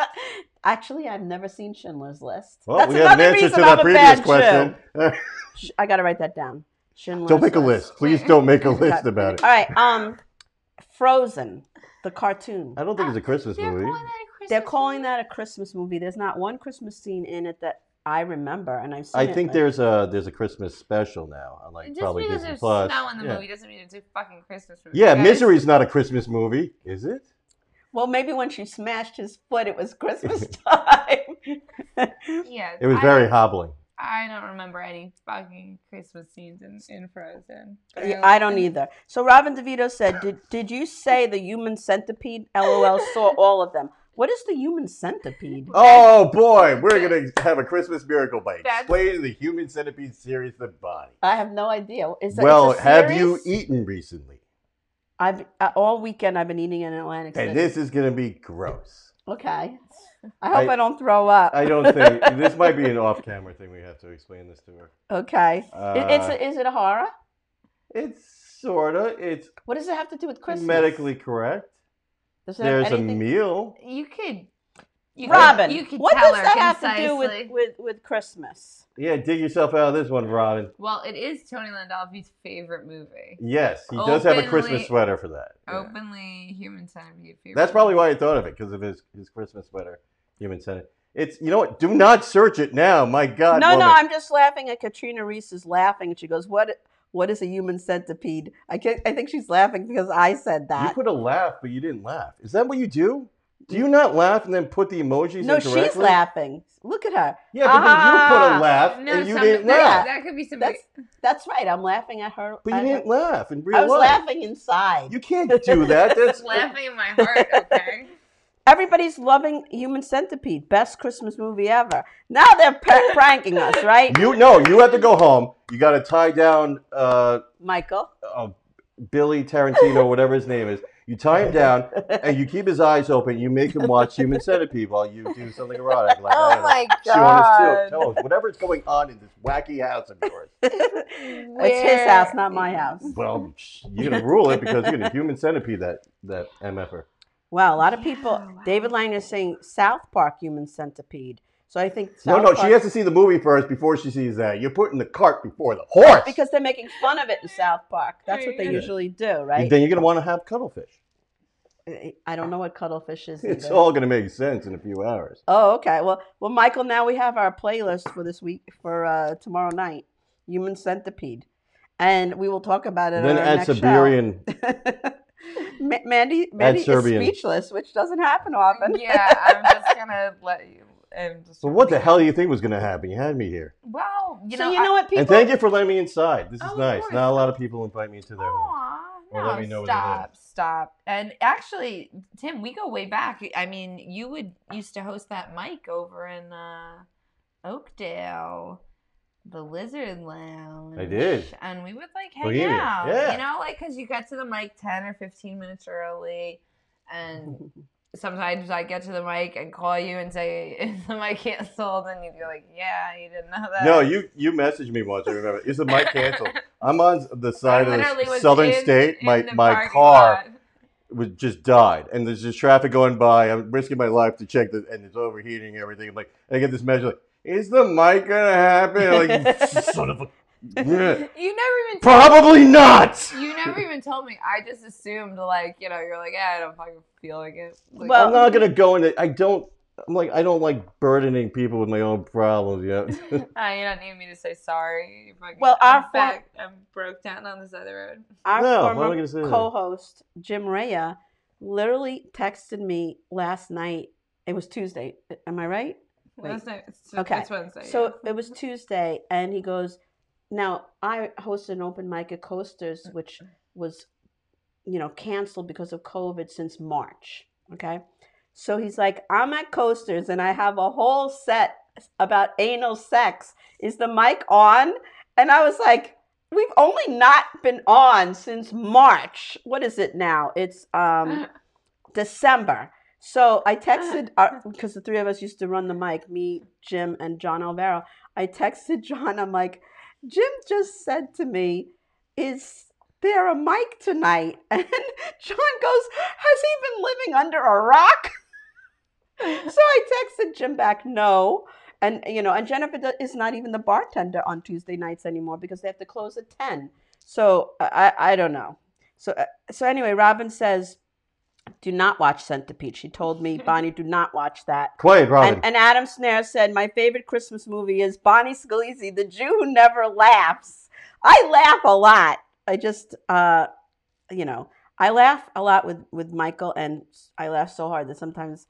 actually I've never seen Schindler's List. Well, we have an answer to that previous question. Sh- I gotta write that down. Schindler's don't make a list. Please don't make a list about it. All right. Um, Frozen, the cartoon. I don't think it's a Christmas They're movie. calling that a Christmas They're calling movie? that a Christmas movie. There's not one Christmas scene in it that I remember, and I've seen. I it, think like- there's a there's a Christmas special now on like Just probably because Disney there's Plus. snow in the yeah. movie doesn't mean it's a fucking Christmas movie. Yeah, guys. Misery's not a Christmas movie, is it? Well, maybe when she smashed his foot, it was Christmas time. Yeah, It was I very Don't, hobbling. I don't remember any fucking Christmas scenes in, in Frozen. But Yeah, love I don't it. either. So Robin DeVito said, "Did did you say the human centipede? LOL. Saw all of them. What is the human centipede? Oh boy, we're gonna have a Christmas miracle by That's- Uh, explaining the human centipede series the body. I have no idea. Is that, well, it's a have you series? eaten recently? I've uh, all weekend. I've been eating in Atlantic City. And this is gonna be gross. okay. I hope I, I- don't throw up. I don't think this might be an off-camera thing. We have to explain this to her. okay. it, it's Uh, a, is it a horror? It's sorta. It's What does it have to do with Christmas? medically correct. Does it have There's a anything- meal. You could. You Robin, Could, you could what tell does her that have to do concisely. with, with, with Christmas? Yeah, dig yourself out of this one, Robin. Well, it is Tony Landolfi's favorite movie. Yes, he does have a Openly- Christmas sweater for that. Yeah. Openly human centipede favorite. That's probably why I thought of it because of his, his Christmas sweater, human centipede. It's you know what? Do not search it now. My God, no, woman. no, I'm just laughing at Katrina Reese is laughing, and she goes, "What? What is a human centipede?" I can I think she's laughing because I said You that. put a laugh, but you didn't laugh. Is that what you do? Do you not laugh and then put the emojis? no, in she's correctly? laughing. Look at her. Yeah, but then you put Ah! a laugh No, and you some- didn't that, laugh. That could be some. That's that's right. I'm laughing at her. But you I, didn't laugh in real I was life. laughing inside. You can't do that. That's laughing in my heart. Okay. Everybody's loving Human Centipede, best Christmas movie ever. Now they're pr- pranking us, right, you. No, you have to go home. You got to tie down. Uh, Michael? uh, Billy Tarantino, whatever his name is. You tie him down and you keep his eyes open. You make him watch Human Centipede while you do something erotic. Like, I Oh don't know, my chew on god! his toe- toes, whatever's going on in this wacky house of yours. It's his house, not my house. Well, psh, you're gonna rule it because you're gonna Human Centipede that that mf'er. Wow, a lot of people. Yeah, wow. David Lang is saying South Park Human Centipede. So I think No, South no, Park, she has to see the movie first before she sees that. You're putting the cart before the horse. because they're making fun of it in South Park. That's what they Yeah. usually do, right? then you're gonna want to have cuttlefish. I- I don't know what cuttlefish is. It's either. all going to make sense in a few hours. Oh, okay. Well, well, Michael. Now we have our playlist for this week for uh, tomorrow night, Human Centipede, and we will talk about it. then on our add next show. Siberian. Ma- Mandy, Mandy is Serbian. speechless, which doesn't happen often. yeah, I'm just gonna let you. And just So what the hell do you think was going to happen? You had me here. Well, you know, so you know what people. and thank you for letting me inside. This is Oh, of nice. course. Not a lot of people invite me into I, their home. aw, Or no, let me know what it stop, stop. And actually, Tim, we go way back. I mean, you would used to host that mic over in uh, Oakdale, the Lizard Lounge. I did. and we would like hang Bohemian, out. yeah. You know, like because you got to the mic ten or fifteen minutes early, and sometimes I get to the mic and call you and say is the mic canceled, and you'd be like, "Yeah, you didn't know that." No, you you messaged me once. I remember. Is the mic canceled? I'm on the side of literally the was southern in- state. in my the my parking car lot. was just died, and there's just traffic going by. I'm risking my life to check the, and it's overheating and everything. I'm like, I get this message like, "Is the mic gonna happen?" Like, son of a. Yeah. You never even Probably not. You never even told me. I just assumed, like, you know, you're like, "Yeah, I don't fucking feel like it." Like, Well- I'm not gonna go into. I don't. I'm like I don't like burdening people with my own problems. Yeah. ah, you don't need me to say sorry. You're fucking- Well, our I'm for- back. I'm broke down on this other road. Our No, why am I former gonna say that? co-host Jim Rea literally texted me last night. It was Tuesday. Am I right? Wait. Last night. It's, Okay. It's Wednesday. So yeah. Mm-hmm. it was Tuesday, and he goes, "Now I hosted an open mic at Coasters, Mm-hmm. which was, you know, canceled because of COVID since March." Okay, so he's like, "I'm at Coasters, and I have a whole set about anal sex. Is the mic on?" And I was like, "We've only not been on since March. What is it now? It's um." December. So I texted because the three of us used to run the mic, me, Jim, and John Alvaro. I texted John. I'm like, Jim just said to me, "Is there a mic tonight?" And John goes, "Has he been living under a rock?" so I texted Jim back, "No." And you know, and Jennifer do- is not even the bartender on Tuesday nights anymore because they have to close at ten. So I, I I don't know. So uh, so anyway, Robin says do not watch Centipede. She told me, Bonnie, do not watch that. Quiet, Robin. And, and Adam Snare said, My favorite Christmas movie is Bonnie Scalise, the Jew who never laughs. I laugh a lot. I just, uh, you know, I laugh a lot with, with Michael, and I laugh so hard that sometimes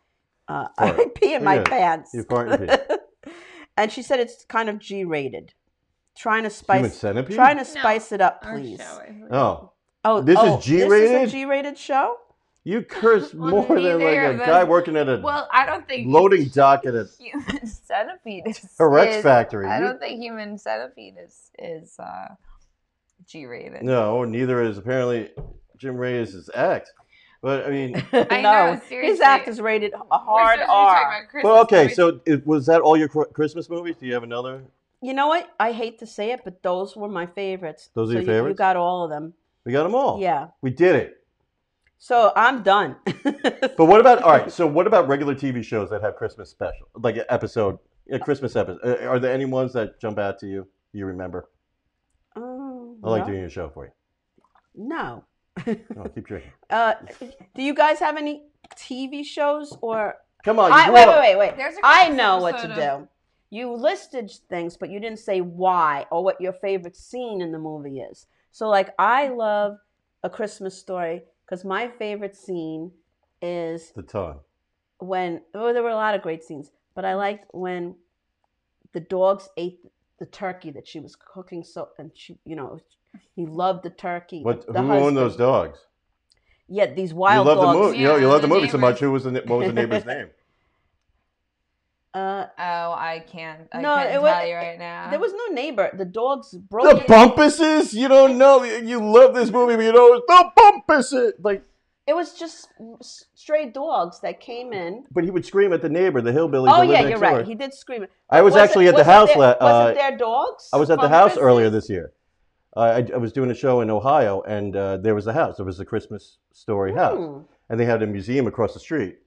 uh, I Fart. pee in my Yeah, pants. You're farting pee. and she said it's kind of G rated. Trying to Human spice, centipede. trying to No, spice it up, Or please. shall I? Oh, Oh, This is oh, This G-rated? is a G-rated show. you curse Well, more than like neither a of us- guy working at a Well, I don't think loading dock at a human centipede is. Rex is- factory. I You- don't think human centipede is is uh, G rated. no, neither is apparently Jim Reyes' act. But I mean, I no, know, his seriously. act is rated a hard R. well, okay. So it, was that all your Chri- Christmas movies? Do you have another? You know what? I hate to say it, but those were my favorites. Those So are your you- You favorites? Oh. got all of them. We got them all. Yeah. we did it. So I'm done. But what about all right? So what about regular TV shows that have Christmas special, like an episode, a Christmas episode? Uh, Are there any ones that jump out to you? You remember? Oh, I like no. doing a show for you. No. No, keep drinking. Uh, do you guys have any TV shows or? Come on, Oh, you I, grew wait, wait, up. wait, wait. There's a I Christmas know what to episode of- do. You listed things, but you didn't say why or what your favorite scene in the movie is. So, like, I love A Christmas Story because my favorite scene is The tongue. when oh there were a lot of great scenes but i liked when the dogs ate the turkey that she was cooking so and she you know he loved the turkey What? the who owned husband. those dogs? yeah these wild you love dogs the movie. you, Yeah, you love the the movie so much. neighbors. Who was the, what was the neighbor's name? uh Oh, I can't. I No, can't it tell wa- you right now. there was no neighbor the dogs broke The it. Bumpuses? You don't know. You love this movie, but you know the Bumpuses. Like, it was just stray dogs that came in but he would scream at the neighbor, the hillbilly. oh that lived yeah next you're door. right he did scream it I was, it- actually at the was it house. their, la- was uh, it their dogs I was at the house Bumpuses? earlier this year. Uh, I, I was doing a show in Ohio, and uh, there was a house. There was a Christmas story house, Hmm. and they had a museum across the street.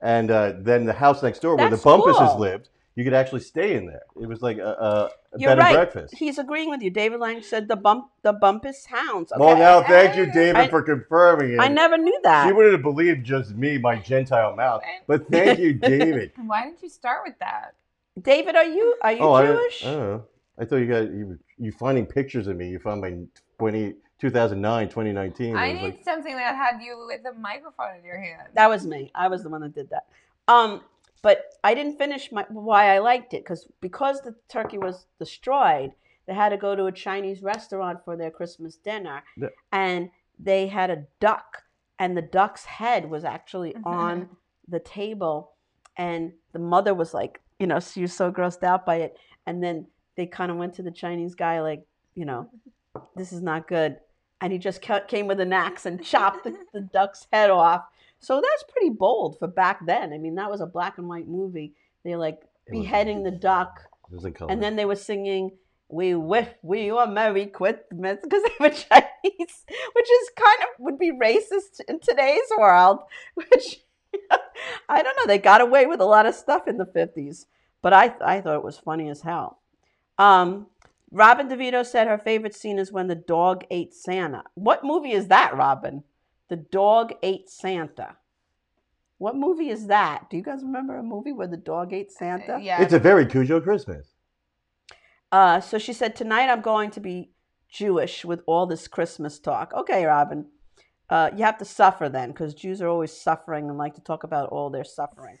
And uh, then the house next door where That's the Bumpuses cool. lived you could actually stay in there. It was like a, a, a You're bed right. and breakfast. He's agreeing with you. David Lang said the bump, the bumpus hounds. Well, Okay. now thank you, David, I- for confirming it. I never knew that. She wouldn't have believed just me, my Gentile mouth. But thank you, David. Why didn't you start with that? David, are you are you Oh, I, I Jewish? don't know. I thought you got you you finding pictures of me. You found my 20, 2009, 2019. I It was need like- something that had you with a microphone in your hand. that was me. I was the one that did that. Um, but I didn't finish my why I liked it because because the turkey was destroyed, they had to go to a Chinese restaurant for their Christmas dinner, Yeah. and they had a duck, and the duck's head was actually on the table and the mother was like you know she was so grossed out by it and then they kind of went to the chinese guy like you know this is not good and he just ca- came with an axe and chopped the, the duck's head off so that's pretty bold for back then i mean that was a black and white movie they're like it was- beheading the duck It was in color. and then they were singing we wish we were merry christmas because they were chinese which is kind of would be racist in today's world which i don't know they got away with a lot of stuff in the 50s but i, I thought it was funny as hell um, robin devito said her favorite scene is when the dog ate santa what movie is that robin the dog ate santa what movie is that do you guys remember a movie where the dog ate santa Uh, Yeah. it's a very Cujo Christmas. uh, so she said, Tonight I'm going to be Jewish with all this Christmas talk. Okay, Robin. Uh, you have to suffer then, because Jews are always suffering and like to talk about all their suffering.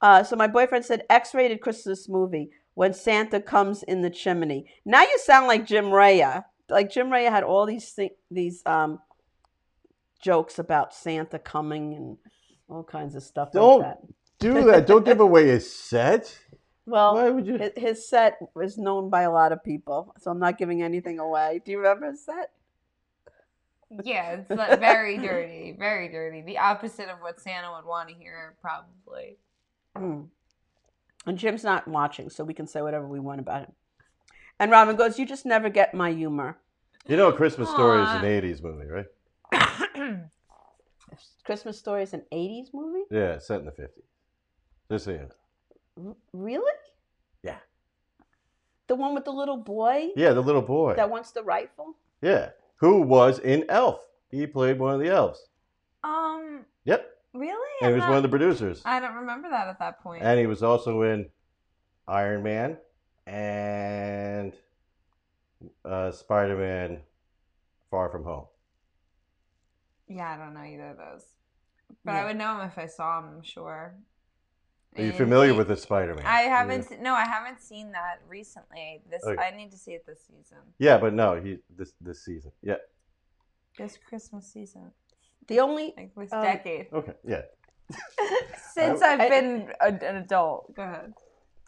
Uh, so my boyfriend said, X rated Christmas movie when Santa comes in the chimney. Now you sound like Jim Raya. Like Jim Raya had all these thi- these um, jokes about Santa coming and all kinds of stuff Don't- like that. Do that. Don't give away a set. Well, Why would you? Hi- His set was known by a lot of people, so I'm not giving anything away. Do you remember his set? yeah, it's like very dirty, very dirty. The opposite of what Santa would want to hear, probably. Hmm. And Jim's not watching, so we can say whatever we want about him. And Robin goes, "You just never get my humor." You know, Christmas Story is an Aw. '80s movie, right? Christmas Story is an '80s movie. Yeah, it's set in the '50s. Just saying. R- really? Yeah. The one with the little boy Yeah, the little boy. that wants the rifle. Yeah, who was in Elf? He played one of the elves. um, Yep, really? and I'm he was not- one of the producers. I don't remember that at that point. And he was also in Iron Man and uh, Spider Man Far From Home. yeah, I don't know either of those. But Yeah. I would know him if I saw him, I'm sure. Are you And familiar he- with the Spider Man? I haven't. se- No, I haven't seen that recently. This Okay. I need to see it this season, Yeah, but no, he this this season. Yeah. this Christmas season, The only like this Um, decade Okay. Yeah. since I- I've been a, an adult. Go ahead.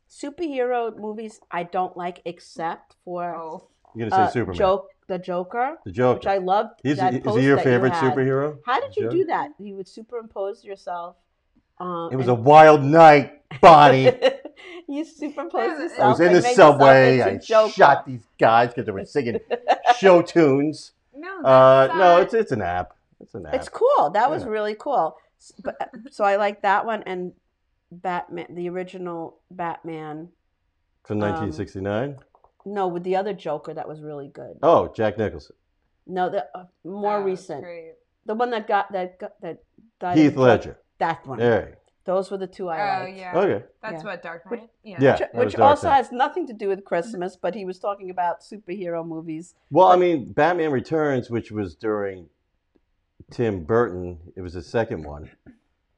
superhero movies I don't like, except for Oh, You're gonna say uh, Superman. joke, the Joker, the joke. which I loved. He's, that is post he your that you favorite had. superhero? How did you Joke? do that? You would superimpose yourself. Um, It was a wild night, Bonnie. it you superimpose It was yourself. was in and the made yourself subway. into I Joker. shot these guys because they were singing show tunes. no, Uh, that's no, not- it's it's an app. It's an app. It's cool. That was Yeah. really cool. S- But, uh, so I like that one and Batman, the original Batman. From 1969. No, with the other Joker that was really good. oh, Jack Nicholson. No, the uh, more that was recent, great. the one that got that got, that died. Heath of- Ledger. That one. There. Those were the two Oh I liked. yeah, Okay. that's Yeah. what Dark Which- Knight. Yeah. Yeah. Which, that was which Dark also Knight. has nothing to do with Christmas, but he was talking about superhero movies. Well, I mean, Batman Returns, which was during Tim Burton, it was the second one.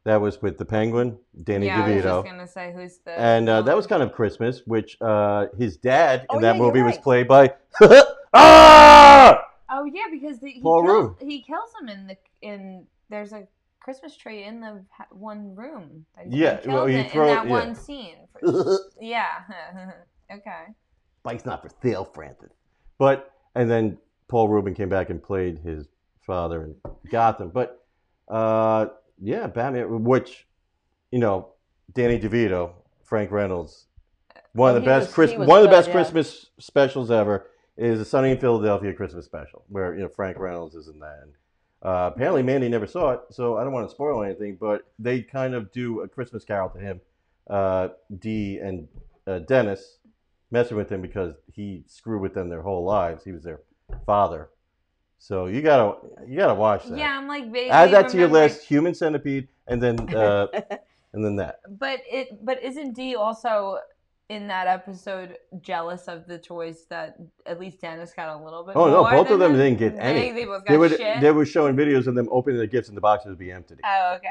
That was with the Penguin, Danny yeah, I was DeVito, just gonna say who's the and uh, that was villain? kind of Christmas. Which uh, his dad in Oh, that yeah, you're movie was right. played by ah Oh yeah, because the, he Paul kills, Rudd. he kills him in the in there's a Christmas tree in the ha- one room. that Yeah, kills well, he it in throw- that yeah. one scene. yeah. okay. Bike's not for sale, Francis. But and then Paul Rubin came back and played his father in Gotham. But uh, yeah, Batman, which you know, Danny DeVito, Frank Reynolds, one of the Oh, He best was- Chris, he was one of the good, best yeah. Christmas specials ever is the Sunny in Philadelphia Christmas special, where you know Frank Reynolds is in that. And, uh, apparently, Mandy never saw it, so I don't want to spoil anything. But they kind of do a Christmas Carol to him. Uh, D and uh, Dennis messing with them because he screwed with them their whole lives. He was their father, so you gotta you gotta watch that. Yeah, I'm like vaguely Add that to your remembering- list: Human Centipede, and then uh, and then that. But it but isn't Dee also in that episode jealous of the toys that at least Dennis got a little bit? Oh, no, more both of than them this? didn't get They- any. They both got They would shit. they were showing videos of them opening their gifts and the boxes would be empty. oh, okay.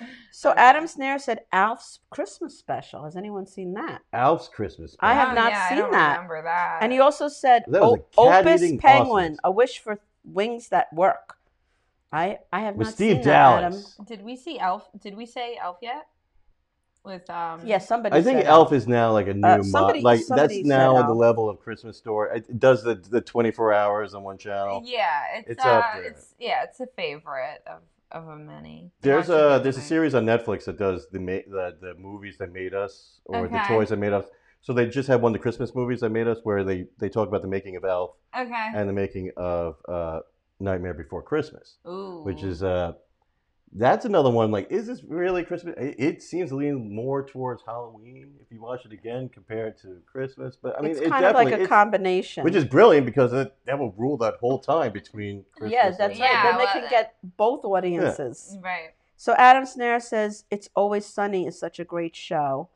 Yeah. So Okay. Adam Snare said Alf's Christmas special. Has anyone seen that? Alf's Christmas. I Special. have Oh, not yeah, seen I don't that. Remember that. And he also said That was "O- a cat Opus eating Penguin, awesomeness. a wish for wings that work. I I have with not Steve seen that, Adam. Dallas. Did we see Elf? Did we say Elf yet? With um. Yeah, somebody. I think said Elf that. Uh, is now like a new mo- somebody- like that's somebody said now on the Elf. level of Christmas Story. It does the the twenty four hours on one channel. Yeah, it's, It's uh, up there. it's yeah, it's a favorite of of a many. There's Not just a there's a many. series on Netflix that does the ma- the, the movies that made us or the Okay. toys that made us. So they just had one of the Christmas movies that made us where they they talk about the making of Elf Okay. and the making of uh, Nightmare Before Christmas, Ooh. which is uh that's another one like is this really Christmas? It, it seems to lean more towards Halloween if you watch it again compared to Christmas, but I mean it's it kind of like definitely- a it's- combination. which is brilliant because that, that will rule that whole time between Christmas yeah, that's and- right. Yeah, then they well, can get both audiences. right. So Adam Snare says it's always sunny is such a great show,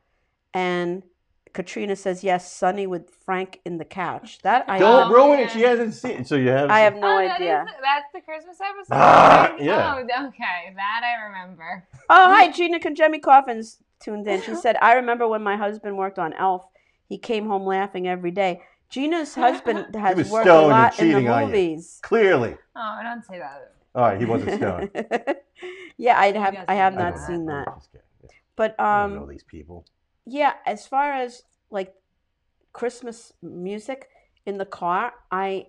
and Katrina says yes, sunny with Frank in the couch. That I Don't Oh, ruin it. man. She hasn't seen it, so you have. I have no Oh, that is idea. the- that's the Christmas episode. Ah, right? yeah. Oh, okay. That I remember. Oh hi, Gina Conjemi Coffins tuned in. She Uh-huh. said I remember when my husband worked on Elf, he came home laughing every day. Gina's husband has was worked a stoned and lot in the cheating on you. movies. Clearly, Oh, don't say that. all right. He wasn't stoned. yeah, I have guys I didn't have know not that. seen that. I'm just kidding. Yeah, But I don't know um these people. yeah, as far as like Christmas music in the car, I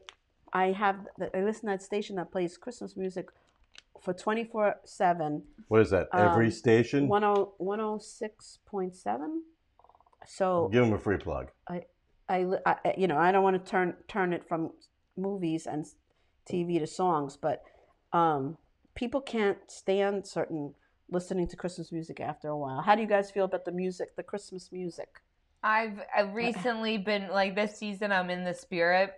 I have I listen to that station that plays Christmas music for 24/7 What is that? Every um, station. 10- 106.7. So Give him a free plug. I, li- I I- you know I don't want to turn turn it from movies and s- TV to songs, but um, people can't stand certain listening to Christmas music after a while. How do you guys feel about the music, the Christmas music? I've I've recently been like this season. I'm in the spirit,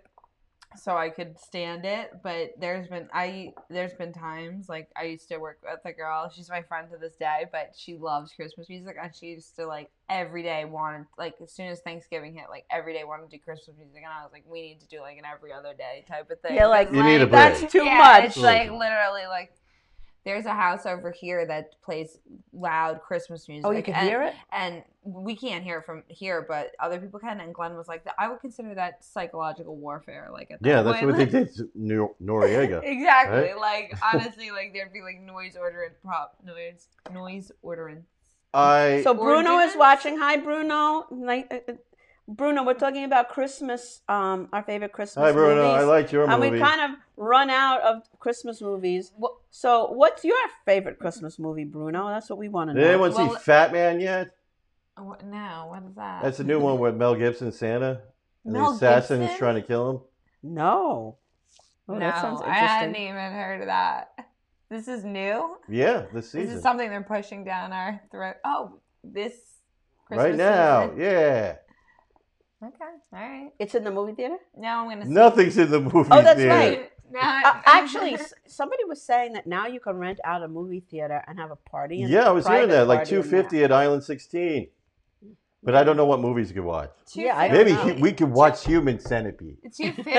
so I could stand it. But there's been I there's been times like I used to work with a girl. She's my friend to this day, but she loves Christmas music, and she used to like every day wanted like as soon as Thanksgiving hit, like every day wanted to do Christmas music, and I was like, we need to do like an every other day type of thing. Yeah, like, You need a break. That's too yeah, much. It's like literally like there's a house over here that plays loud Christmas music. Oh, you can and, hear it. and we can't hear it from here, but other people can. And Glenn was like, I would consider that psychological warfare. Like, at that Yeah, that's point. what they like- did. to Nor- Noriega. Exactly. Like, honestly, like there'd be like noise ordering prop noise noise ordering. I So Or Bruno is dance. watching. Hi, Bruno. Ni- uh, uh, Bruno, we're talking about Christmas. Um, our favorite Christmas hi Bruno. movies, I liked your and movie. we kind of run out of Christmas movies. Well, So, what's your favorite Christmas movie, Bruno? That's what we want to know. Did anyone Well- see Fat Man yet? what now? What is that? That's the new one with Mel Gibson, Santa, and Mel the assassin Gibson? is trying to kill him. No. Oh, no, that sounds I hadn't interesting. even heard of that. This is new. Yeah, this This season. is something they're pushing down our throat. Oh, this Christmas right now. season. Yeah. Okay. All right. It's in the movie theater? Now I'm gonna. see- Nothing's in the movie. Oh, that's theater. right. Now Uh, I- actually, s- somebody was saying that now you can rent out a movie theater and have a party. and Yeah, I was hearing private that, like party in two there. fifty at Island Sixteen. But I don't know what movies you could watch. Yeah, I don't Maybe know. hu- we could watch Human Centipede. Two fifty for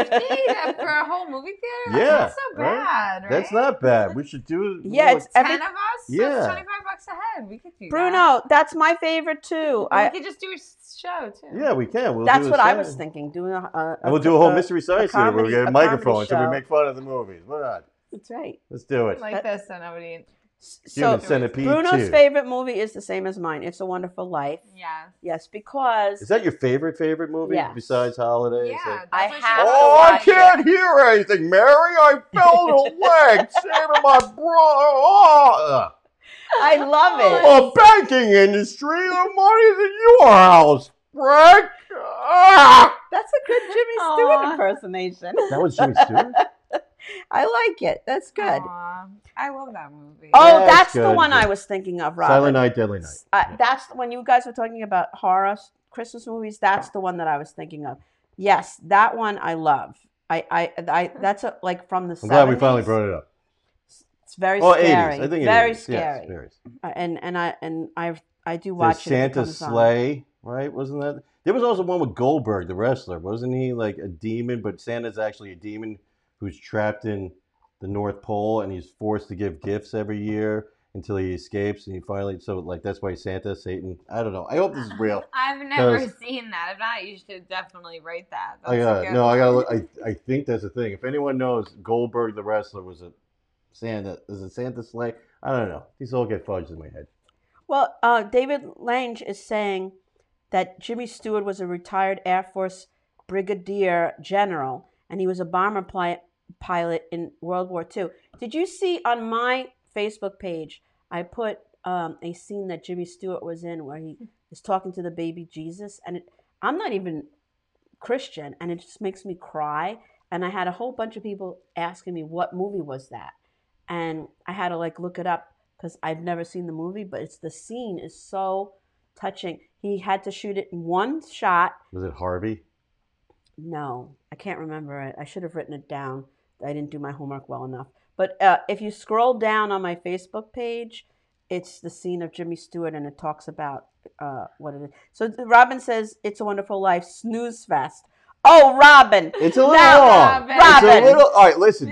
a whole movie theater? Yeah, that's not so right? bad, right? That's not bad. We should do. Yeah, more- it's ten every- of us. Yeah, Yeah. twenty five bucks a head. We could do that. Bruno, that's my favorite too. we I, could just do a s- show too. yeah, we can. We'll that's do a what I Saturday. was thinking. Doing a, a, And we'll do a whole a- mystery science theater where comedy- we get a a comedy microphone so show. we make fun of the movies. Why not? That's right. Let's do it. like this, so nobody. S- Human So Centipede Bruno's 2. favorite movie is the same as mine. It's a Wonderful Life. Yeah. Yes, because Is that your favorite favorite movie Yes. besides Holidays? Yeah, I that's what she have- wants Oh, I to watch. can't hear anything, Mary. I fell a leg, saving my bra. Oh. I love it. The banking industry, the money's in your house, Frank. Ah! That's a good Jimmy Aw. Stewart impersonation. That was Jimmy Stewart. I like it. That's good. Aw, I love that movie. Oh, That's that's the good. one I was thinking of, Robert. Silent Night, Deadly Night. Uh, that's when you guys were talking about horror s- Christmas movies, that's the one that I was thinking of. Yes, that one I love. I, I, I that's a, like from the. I'm glad we finally 70s. brought it up. It's very Oh, 80s. scary. I think it very is. Yes, scary. very. Uh, and and I and I I do There's watch it. if it Santa's comes on. sleigh, right? Wasn't that? There was also one with Goldberg, the wrestler. Wasn't he like a demon? But Santa's actually a demon who's trapped in the North Pole and he's forced to give gifts every year until he escapes. And he finally, so like that's why Santa, Satan. I don't know. I hope this is real. I've never Because- seen that. If not, you should definitely write that. I That's a got good Oh, no. I one. gotta. Look, I I think that's the thing. If anyone knows, Goldberg the wrestler was a Santa. Is it Santa sleigh? I don't know. These all get fudged in my head. Well, uh, David Lange is saying that Jimmy Stewart was a retired Air Force brigadier general, and he was a bomber pli- pilot in World War II. Did you see on my Facebook page? I put um, a scene that Jimmy Stewart was in where he is talking to the baby Jesus, and it, I'm not even Christian, and it just makes me cry. And I had a whole bunch of people asking me what movie was that, and I had to like look it up because I've never seen the movie, but it's the scene is so touching. He had to shoot it in one shot. Was it Harvey? No, I can't remember it. I should have written it down. I didn't do my homework well enough. But uh, if you scroll down on my Facebook page, it's the scene of Jimmy Stewart, and it talks about uh, what it is. So th- Robin says, "It's a Wonderful Life snooze fest." Oh, Robin! It's a little Now, long. Robin. It's a Robin. little. All right, listen.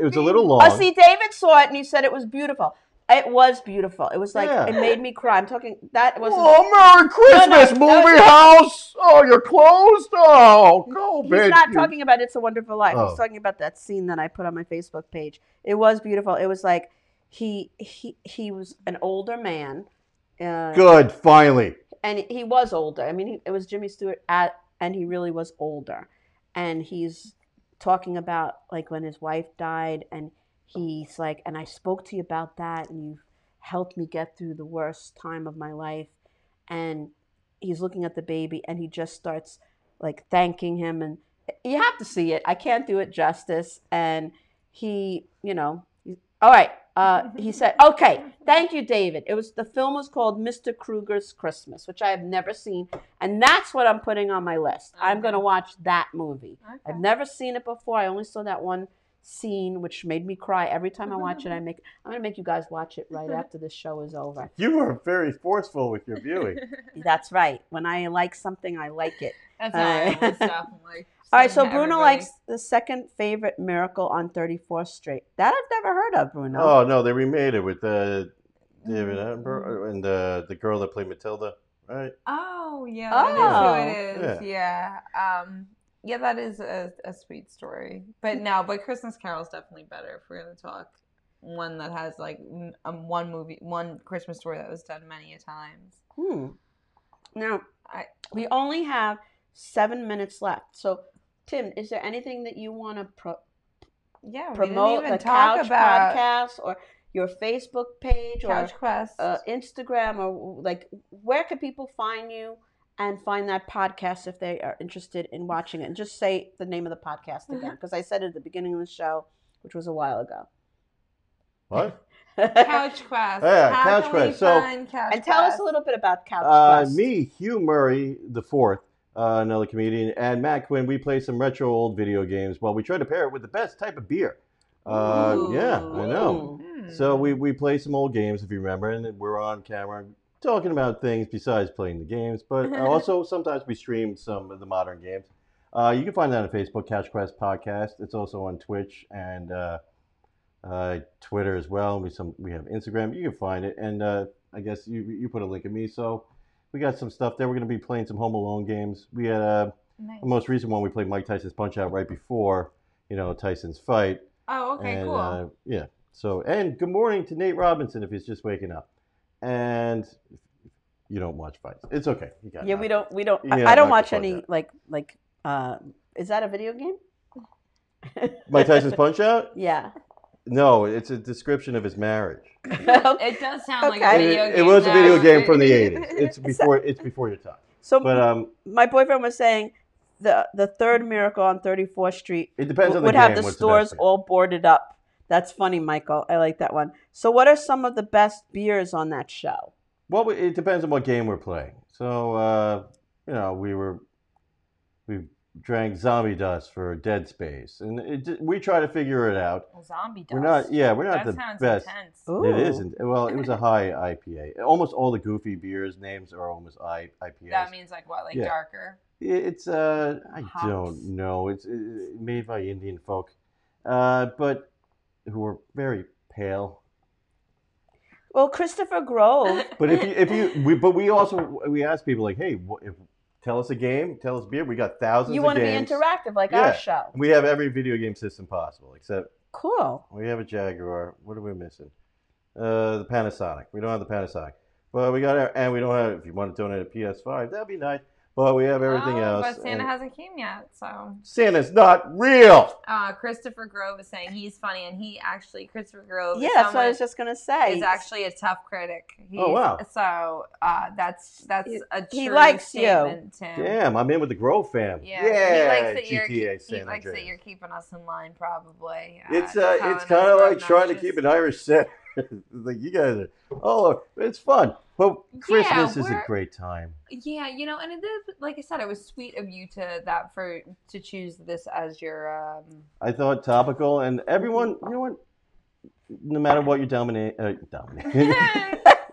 It was a little long. Oh, see, David saw it and he said it was beautiful. It was beautiful. It was like Yeah. it made me cry. I'm talking that was Oh, Merry Christmas, no, movie no. house! Oh, you're closed. Oh, go, He's bitch. not talking about It's a Wonderful Life. Oh. He's talking about that scene that I put on my Facebook page. It was beautiful. It was like he he he was an older man, uh, Good, finally. and he was older. I mean, he, it was Jimmy Stewart at, and he really was older, and he's talking about like when his wife died, and he's like, and I spoke to you about that, and you helped me get through the worst time of my life, and he's looking at the baby, and he just starts like thanking him, and you have to see it. I can't do it justice, and he, you know, he- all right. Uh, he said, "Okay, thank you, David." It was the film was called Mr. Kruger's Christmas, which I have never seen, and that's what I'm putting on my list. I'm going to watch that movie. I've never seen it before. I only saw that one scene, which made me cry every time I watch it. I make I'm going to make you guys watch it right after this show is over. You were very forceful with your viewing. That's right. When I like something, I like it. That's how I always stop. and, Like, All right, so send to Bruno everybody. likes the second favorite miracle on 34th Street. That I've never heard of, Bruno. Oh no, they remade it with the David Mm-hmm. Attenborough uh, and the the girl that played Matilda, right? Oh yeah, that is who it Oh. is. Yeah. Um yeah, that is a, a sweet story. But no, but Christmas Carol's definitely better if we're gonna talk one that has like m- um, one movie, one Christmas story that was done many a times. Hmm. Now, I- we only have seven minutes left. So, Tim, is there anything that you want to pro- Yeah, we promote? didn't even the talk Couch about podcast or your Facebook page Couch Quest. or uh, Instagram or like where can people find you and find that podcast if they are interested in watching it? And just say the name of the podcast again Mm-hmm. because I said it at the beginning of the show, which was a while ago. What? Couch Quest. Yeah, How Couch can Quest. We So- find Couch and tell us Quest? a little bit about Couch Uh, Quest. me, Hugh Murray the fourth, uh, another comedian, and Matt Quinn. We play some retro old video games while we try to pair it with the best type of beer. Uh, yeah, I know. Ooh. Hmm. So we, we play some old games, if you remember, and we're on camera talking about things besides playing the games, but also sometimes we stream some of the modern games. Uh, you can find that on Facebook, Couch Quest Podcast. It's also on Twitch and uh, uh, Twitter as well. We some we have Instagram. You can find it, and uh, I guess you you put a link in me. So we got some stuff there. We're gonna be playing some Home Alone games. We had uh, Nice. the most recent one we played Mike Tyson's Punch Out right before you know Tyson's fight. Oh, okay, And, cool. uh, yeah. So, and good morning to Nate Robinson if he's just waking up. And you don't watch fights. It's okay. You got Yeah, it. we don't. We don't. Yeah, I, I don't not watch before any that. like like. Uh, is that a video game? Mike Tyson's Punch Out? Yeah. No, it's a description of his marriage. Okay. It does sound like Okay. a It, video it game. was a now. video game from the 80s. It's before it's before your time. so But um my boyfriend was saying the the third miracle on 34th Street it depends on the would game. have the what's stores best game. all boarded up. That's funny, Michael. I like that one. So, what are some of the best beers on that show? Well, it depends on what game we're playing. So, uh, you know, we were we drank zombie dust for Dead Space, and it, ju- we try to figure it out. Well, zombie dust. We're not, yeah, we're not that the sounds best. intense. Ooh. It isn't. Well, it was a high IPA. Almost all the goofy beers names are almost I, IPAs. That means like what, like Yeah. darker? It's uh, I Hops. don't know. It's uh, made by Indian folk, uh, but who are very pale. Well, Christopher Grove. But if you, if you, we, but we also we ask people like, hey, wh- if, tell us a game, tell us beer. We got thousands. you want to be interactive like Yeah. our show. We have every video game system possible, except Cool. we have a Jaguar. What are we missing? Uh, the Panasonic. We don't have the Panasonic. Well, we got our, and we don't have. If you want to donate a PS5, that'd be nice. But we have everything Oh, else. But Santa and- hasn't came yet, so. Santa's not real. Uh, Christopher Grove is saying he's funny, and he actually Christopher Grove. Yeah, is that's what I someone- was just gonna say. is actually a tough critic. He's, Oh, wow. So uh, that's that's He- a true he likes you. statement, Tim. Damn, I'm in with the Grove fam. Yeah, he likes that GTA you're San he likes that Andreas. you're keeping us in line, probably. It's uh, telling it's us kind we're of like trying to obnoxious. keep an Irish set. like you guys are, oh, it's fun, but Christmas is a we're- great time. Yeah, you know, and it is like I said, it was sweet of you to that for to choose this as your um. I thought topical, and everyone, you know what? No matter what you dominate, uh, no dominate.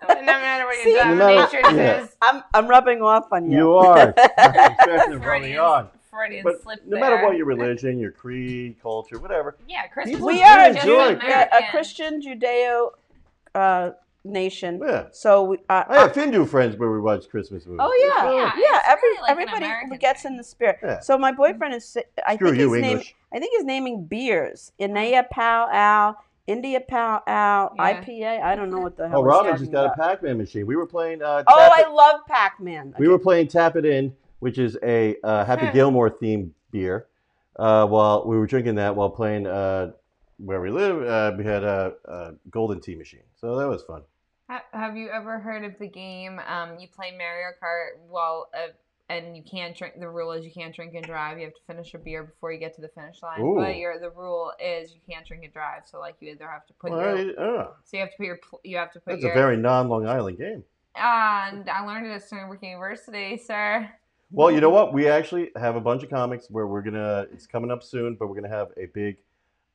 matter what See, your No matter- dominatrix yeah. is, I'm I'm rubbing off on you. you are. Especially running Freudian, on. Freudian But slip no matter there. what your religion, your creed, culture, whatever, yeah, Christmas. People we is are a, We're just Jew, enjoy- we are a American. Christian Judeo uh, nation. yeah. So we, uh, I have Hindu friends where we watch Christmas movies. oh yeah, Yeah, yeah. it's really every like an everybody American gets thing. Mm-hmm. in the spirit. Yeah. So my boyfriend is. si- I Screw think you, he's name- English. I think he's naming beers. India Pal Al, India Pal Al, Yeah. IPA. I don't know what the hell. Oh, he's Robin talking just got a about. Pac-Man machine. We were playing. Uh, Oh, Tap It- I love Pac Man. We were playing Tap It In, which is a uh, Happy Hmm. Gilmore themed beer. Uh, while we were drinking that, while playing uh, where we live, uh, we had a, a golden tea machine, so that was fun. Ha- Have you ever heard of the game? Um, you play Mario Kart while uh, and you can't drink. The rule is you can't drink and drive. You have to finish a beer before you get to the finish line. Ooh. But your the rule is you can't drink and drive. So like you either have to put All your right, oh, so you have to put your pl- you have to put that's your a very non Long Island game. and I learned it at Stony University, sir. Well, Oh you know what? We actually have a bunch of comics where we're gonna. It's coming up soon, but we're gonna have a big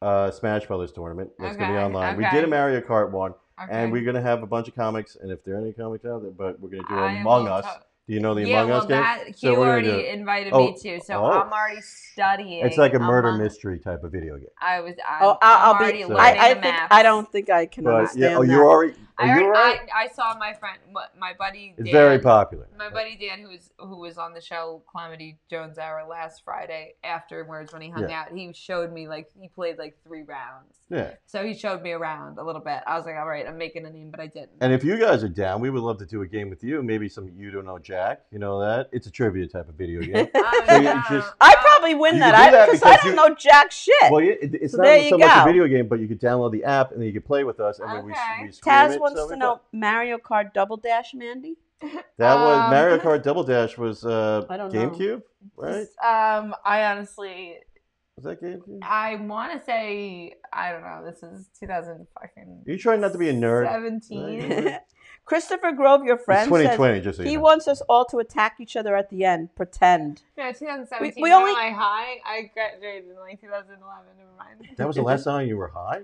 uh, Smash Brothers tournament that's gonna be Okay, online. We did okay. a Mario Kart one, Okay. and we're gonna have a bunch of comics. And if there are any comics out there, but we're gonna do I am Among all Us. to- Do you know the yeah, Among well, Us game? that So he we're gonna do already it. invited Oh, me to, so oh. I'm already studying. It's like a murder Among- mystery type of video game. I was. I'm, Oh, I'll, am I'll already be. So- learning I, I the think maps. I don't think I can But understand yeah, oh, that. you're already. I, Are you already, all right? I, I saw my friend, what- my buddy. It's Dan, very popular. My buddy Dan, who was who was on the show Calamity Jones Hour last Friday. Afterwards, when he hung out, he showed me like he played like three rounds. Yeah. So he showed me around a little bit. I was like, all right, I'm making a name, but I didn't. And if you guys are down, we would love to do a game with you. Maybe some you don't know Jack. You know that it's a trivia type of video game. Oh, So you no. just- I probably win You that. can do I that because I because don't you- know jack shit. well, it, it- it's So not there you so much a go. video game, but you could download the app and then you could play with us. And then we, Okay. we stream it, Taz so wants it'd to be know fun. Mario Kart Double Dash, Mandy. That was Um, Mario Kart Double Dash was uh, I don't know. GameCube, right? Um, I honestly, Was that GameCube? Are I want to say, I don't know. This is 2000 fucking. you trying not to be a nerd? 17. Right. Christopher Grove, your It's friend, says 2020, just so you he know. wants us all to attack each other at the end. Pretend. No, 2017. We- we Why only- am I high? I graduated in like 2011. Never mind. that was the last time you were high.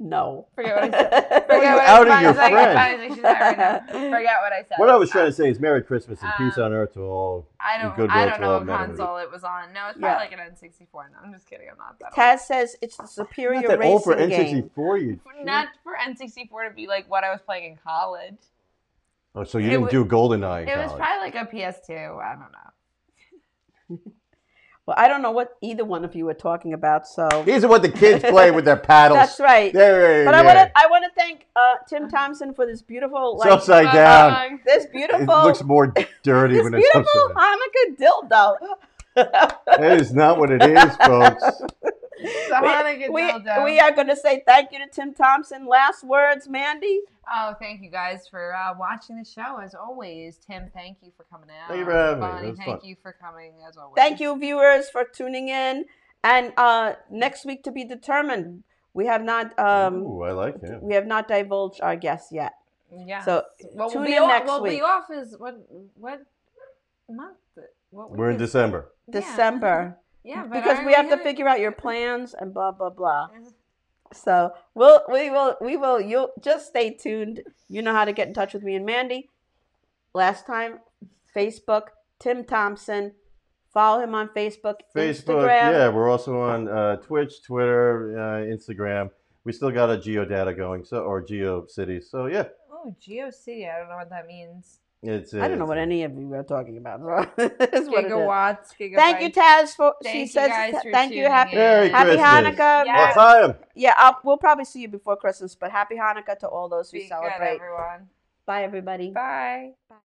No. Forget what I said. Forget you what I- outing your as I get friend? by, like, she's not right now. Forget what I said. What I uh, was trying to say is Merry Christmas and peace Um, on earth to all. I Good don't. will I to don't know all what men. console it was on. No, it's Yeah. probably like an N64. No, I'm just kidding. I'm not that. Taz says it's the Not superior that racing old for game. N64, you. old. jerk. Not for N64 to be like what I was playing in college. Oh, so you It didn't wa- do GoldenEye in it college. was probably like a PS2. I don't know. Well, I don't know what either one of you were talking about, so These are what the kids play with their paddles. that's right. There, But yeah. I want to I want to thank uh, Tim Thompson for this beautiful It's like upside down. Bye. this It beautiful looks more dirty this when it's beautiful upside down. Hanukkah dildo. That is not what it is, folks. It's a Hanukkah we, dildo. we are going to say thank you to Tim Thompson. Last words, Mandy. Oh, thank you guys for uh, watching the show as always. Tim, thank you for coming out. Thank you for having me. Bonnie, It was thank fun. you for coming as always. Thank you, viewers, for tuning in. And uh, next week to be determined. We have not um, Ooh, I like him. we have not divulged our guests yet. Yeah. So well, tune we'll be in off, next well, week. be off is what what month? What We're in is- December. Yeah. December Yeah, but because are we have to gonna- figure out your plans and blah blah blah. So we'll we will we will you'll just stay tuned. You know how to get in touch with me and Mandy. Last time, Facebook, Tim Thompson. Follow him on Facebook, Facebook, Instagram. yeah. We're also on uh, Twitch, Twitter, uh, Instagram. We still got a geodata going, so or Geo Cities. So yeah, Oh, GeoCity. I don't know what that means. it's. I don't know it's- what any of you are talking about. So it's what it is. Gigawatts. Gigabytes. Thank you, Taz, for she Thank you says guys ta- for thank you. tuning Happy in. Merry Happy Christmas. Yes. Hanukkah. Mer- Well, time. Yeah, I'll, we'll probably see you before Christmas, but happy Hanukkah to all those who Be good, celebrate. everyone. Bye, everybody. Bye.